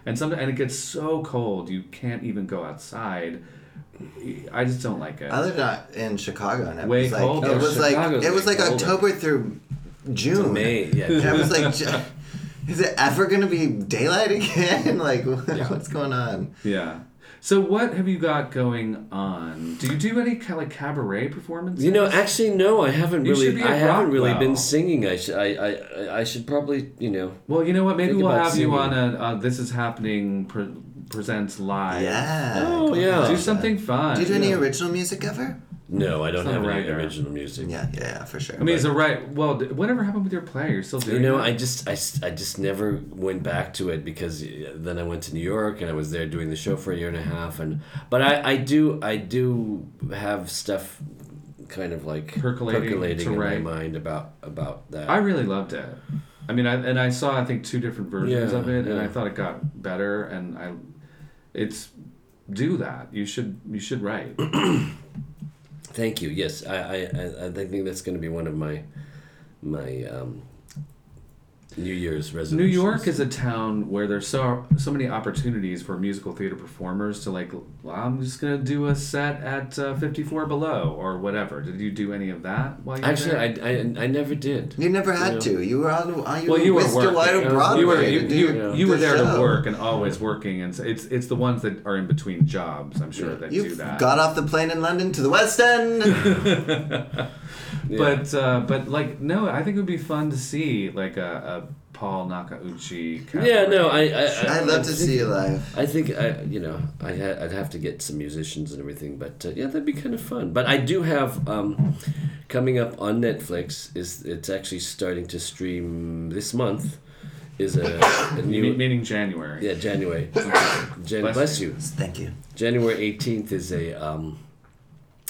and some and it gets so cold you can't even go outside. I just don't like it.
I lived out in Chicago and it
Way
was like
colder.
it was
Chicago's
like it was
way
like
colder.
October through June.
May.
And I
Yeah.
was like, "J- is it ever gonna be daylight again? like, wh-
Yeah.
what's going on?
Yeah. So what have you got going on? Do you do any ca- like cabaret performances?
You know, actually, no, I haven't
You should
really.
be
I
at
haven't really
Rockwell.
been singing. I should. I, I. I- I should probably. You know.
Well, you know what? Maybe
Think
we'll
about
have you
singing.
on a uh, This Is Happening pre- presents live.
Yeah.
Oh,
come
yeah.
on.
Do something fun.
Do you do any
Yeah.
original music ever?
No, I don't
not
have any
right.
original music.
Yeah, yeah, yeah, for sure.
I mean, is it right? Well, d- whatever happened with your play, you're still doing.
You know,
it.
I just, I, s- I just never went back to it because uh, then I went to New York and I was there doing the show for a year and a half. And but I, I do, I do have stuff kind of like
Percolating to
in
write.
my mind about about that.
I really loved it. I mean, I and I saw I think two different versions
Yeah,
of it, and
yeah.
I thought it got better. And I, it's do that. You should you should write.
Thank you. Yes, I, I, I, I think that's going to be one of my my um, New Year's
New
resolutions.
York is a town where there's so so many opportunities for musical theater performers to like. Well, I'm just gonna do a set at uh, 54 Below or whatever. Did you do any of that while you were
Actually,
there?
I, I, I never did.
you never had
Yeah.
to. You were on. on you
well, you were
whisked
working.
away to Broadway
you were
to
you,
do
you,
yeah.
you were
the
there to
show.
work and always working, and so it's it's the ones that are in between jobs. I'm sure
Yeah.
that
You
do that.
got off the plane in London to the West End.
Yeah.
But uh, but like no, I think it would be fun to see like a, a Paul Nakauchi.
yeah, no, I I, I,
I'd love to see you live.
I think I, you know, I ha- I'd have to get some musicians and everything, but uh, yeah, that'd be kind of fun. But I do have um, coming up on Netflix is it's actually starting to stream this month. Is a, a
Me-
new
meaning January.
yeah January. Jan-
Bless
bless you.
Thank you.
January 18th is a um,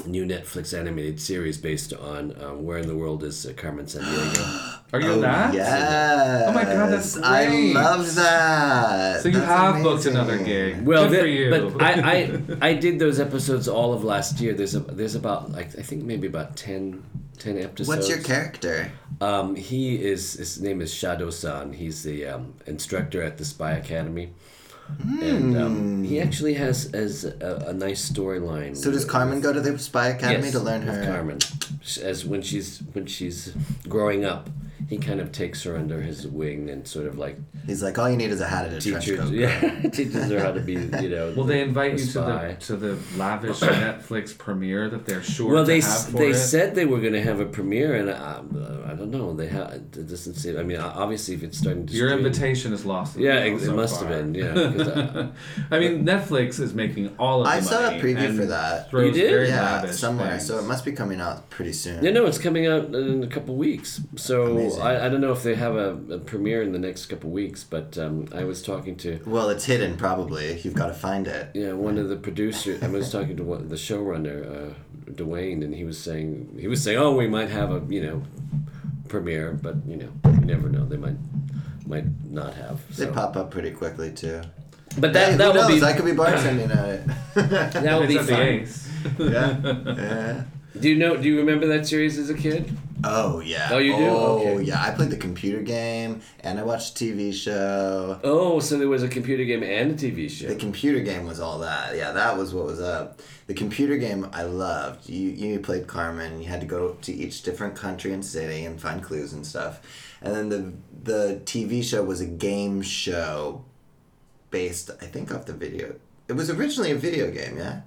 new Netflix animated series based on um, Where in the World is uh, Carmen Sandiego.
Are you in
Oh,
that?
Yes.
Oh my God, that's
I
great.
love that.
So you
That's
have booked
amazing.
another gig.
Well,
Good
the-
for you.
but I, I I did those episodes all of last year. There's a, there's about like I think maybe about 10, 10 episodes.
What's your character?
Um, he is his name is Shadow San. He's the um, instructor at the Spy Academy. And um, he actually has as a, a nice storyline.
Hmm. So does Carmen go to the spy academy
Yes,
to learn
with
her?
Carmen, as when she's when she's growing up, he kind of takes her under his wing and sort of like
He's like, all you need is a hat and a trench
teaches,
coat.
yeah, teaches her how to be, you know.
well, they invite you to the
spy.
to the lavish Netflix premiere that they're sure
Well,
to
they
have
s-
for
they
it.
said they were going to have a premiere, and um, I don't know. They ha- it doesn't seem. I mean, o- obviously, if it's starting to
Your
stream-
invitation is lost. in the
yeah,
mail
it, it
so
must
far.
have been. Yeah, 'cause, uh,
I mean, Netflix is making all of.
I
the
saw a
money
preview
and
for that.
throws
You did?
very
Yeah,
lavish
somewhere.
things.
So it must be coming out pretty soon.
yeah, no, it's coming out in a couple weeks. So
Amazing.
I, I don't know if they have a, a premiere in the next couple weeks, but um, I was talking to
Well, it's hidden probably. You've got to find it.
Yeah, one of the producers. I was talking to one, the showrunner, uh, Dwayne, and he was saying he was saying, "Oh, we might have a you know premiere, but you know, you never know. They might might not have."
They
so.
pop up pretty quickly too.
But
Hey,
that
who
that will
knows?
be
I could be bartending at it.
that will
It's
be
at the
fun.
Ace.
yeah. yeah.
Do you know? Do you remember that series as a kid?
Oh yeah.
Oh, you do?
Oh
Okay.
yeah. I played the computer game and I watched a TV show.
Oh, so there was a computer game and a TV
The
show.
computer game was all that. Yeah, that was what was up. The computer game I loved. You you played Carmen. You had to go to each different country and city and find clues and stuff. And then the the TV show was a game show based, I think, off the video. It was originally a video game, yeah.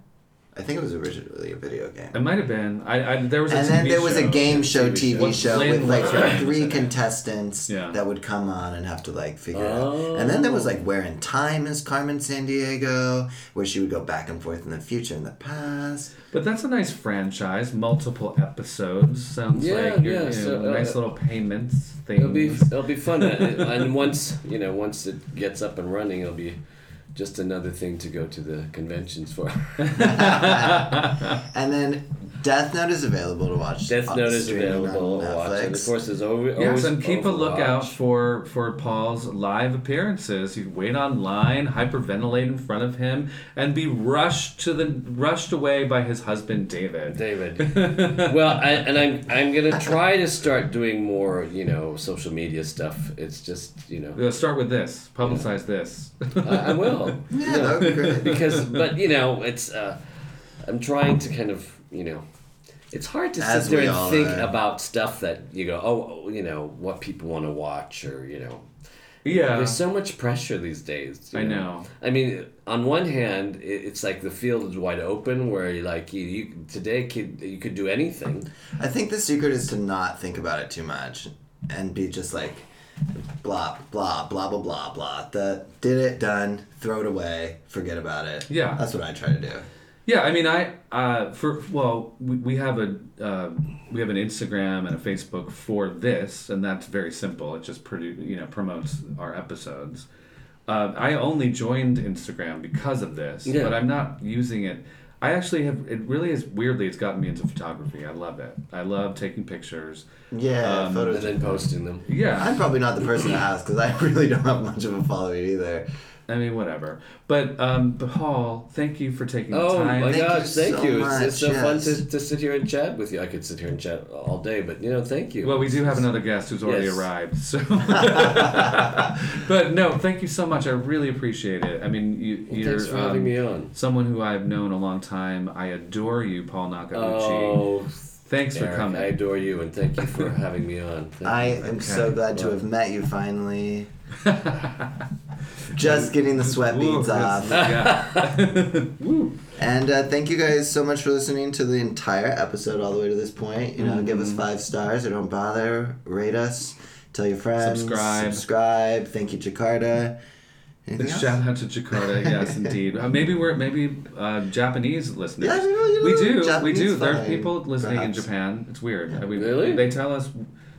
I think it was originally a video game.
It might have been. I, I there was. A
and then
TV
there was a
show.
game show TV
What
show
Lynn
with like
was trying to
three
say.
contestants
Yeah.
that would come on and have to like figure out. And then there was like Where in Time is Carmen San Diego, where she would go back and forth in the future and the past.
But that's a nice franchise. Multiple episodes sounds
Yeah,
like you're,
yeah,
you
so,
know,
uh,
nice little payments thing.
It'll be it'll be fun, and and once you know, once it gets up and running, it'll be just another thing to go to the conventions for.
And then Death Note is available to watch.
Death
on
Note is
streaming on
available. to Watch. And of
Netflix.
course, there's over.
Yes,
always
and keep a
Overwatch.
lookout for for Paul's live appearances. You wait online, hyperventilate in front of him, and be rushed to the rushed away by his husband David.
David. well, I, and I'm I'm gonna try to start doing more, you know, social media stuff. It's just, you know,
We'll start with this. Publicize this.
I, I will
Yeah, that would be great.
because, but you know, it's uh, I'm trying to kind of, you know, it's hard to
As
sit there
we
and
all
think
are.
about stuff that you go, oh, you know, what people want to watch or you know,
yeah.
There's so much pressure these days. you
I know.
I mean, on one hand, it- it's like the field is wide open, where you like you, you today could you could do anything.
I think the secret is to not think about it too much and be just like blah blah blah blah blah blah. The did it done, throw it away, forget about it.
Yeah.
That's what I try to do.
Yeah, I mean, I uh, for well, we, we have a uh, we have an Instagram and a Facebook for this, and that's very simple. It just produ- you know promotes our episodes. Uh, I only joined Instagram because of this,
Yeah.
but I'm not using it. I actually have. It really is weirdly. It's gotten me into photography. I love it. I love taking pictures. Um,
Yeah,
And
photos.
then posting them.
Yeah,
I'm probably not the person to ask because I really don't have much of a following either.
I mean, whatever. But um, but Paul, thank you for taking the
Oh
time.
my
Thank you
gosh, thank
so
you. It's, it's so
much,
fun
yes.
to, to sit here and chat with you. I could sit here and chat all day, but you know, thank you.
Well, we do have another guest who's already
Yes.
arrived, so. but no, thank you so much. I really appreciate it. I mean, you, you're
thanks for having
um,
me on.
someone who I've known a long time. I adore you, Paul Nakauchi.
Oh,
Thanks for
Eric,
coming.
I adore you, and thank you for having me on. Thank
I
you.
am so glad to have met you finally. Just getting the sweat
Woo,
beads
that's-
off.
yeah. Woo.
And uh, thank you guys so much for listening to the entire episode all the way to this point. You know, give
Mm-hmm.
us five stars or don't bother. Rate us. Tell your friends.
Subscribe.
Subscribe. Thank you, Jakarta. Anything else?
Shout out to Jakarta, yes, indeed. Uh, maybe we're maybe uh, Japanese listeners.
Yeah, maybe
we
we're
do,
Japanese
we do. There are
fine,
people listening
perhaps.
in Japan. It's weird. I mean,
Really?
They tell us.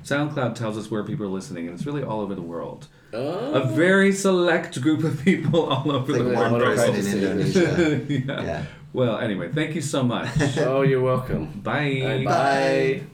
SoundCloud tells us where people are listening, and it's really all over the world.
Oh.
A very select group of people all over
Like
the
Yeah,
one
what a
world.
person in
crisis.
Indonesia.
yeah.
Yeah.
Well, anyway, thank you so much.
oh, you're welcome.
Bye.
Bye.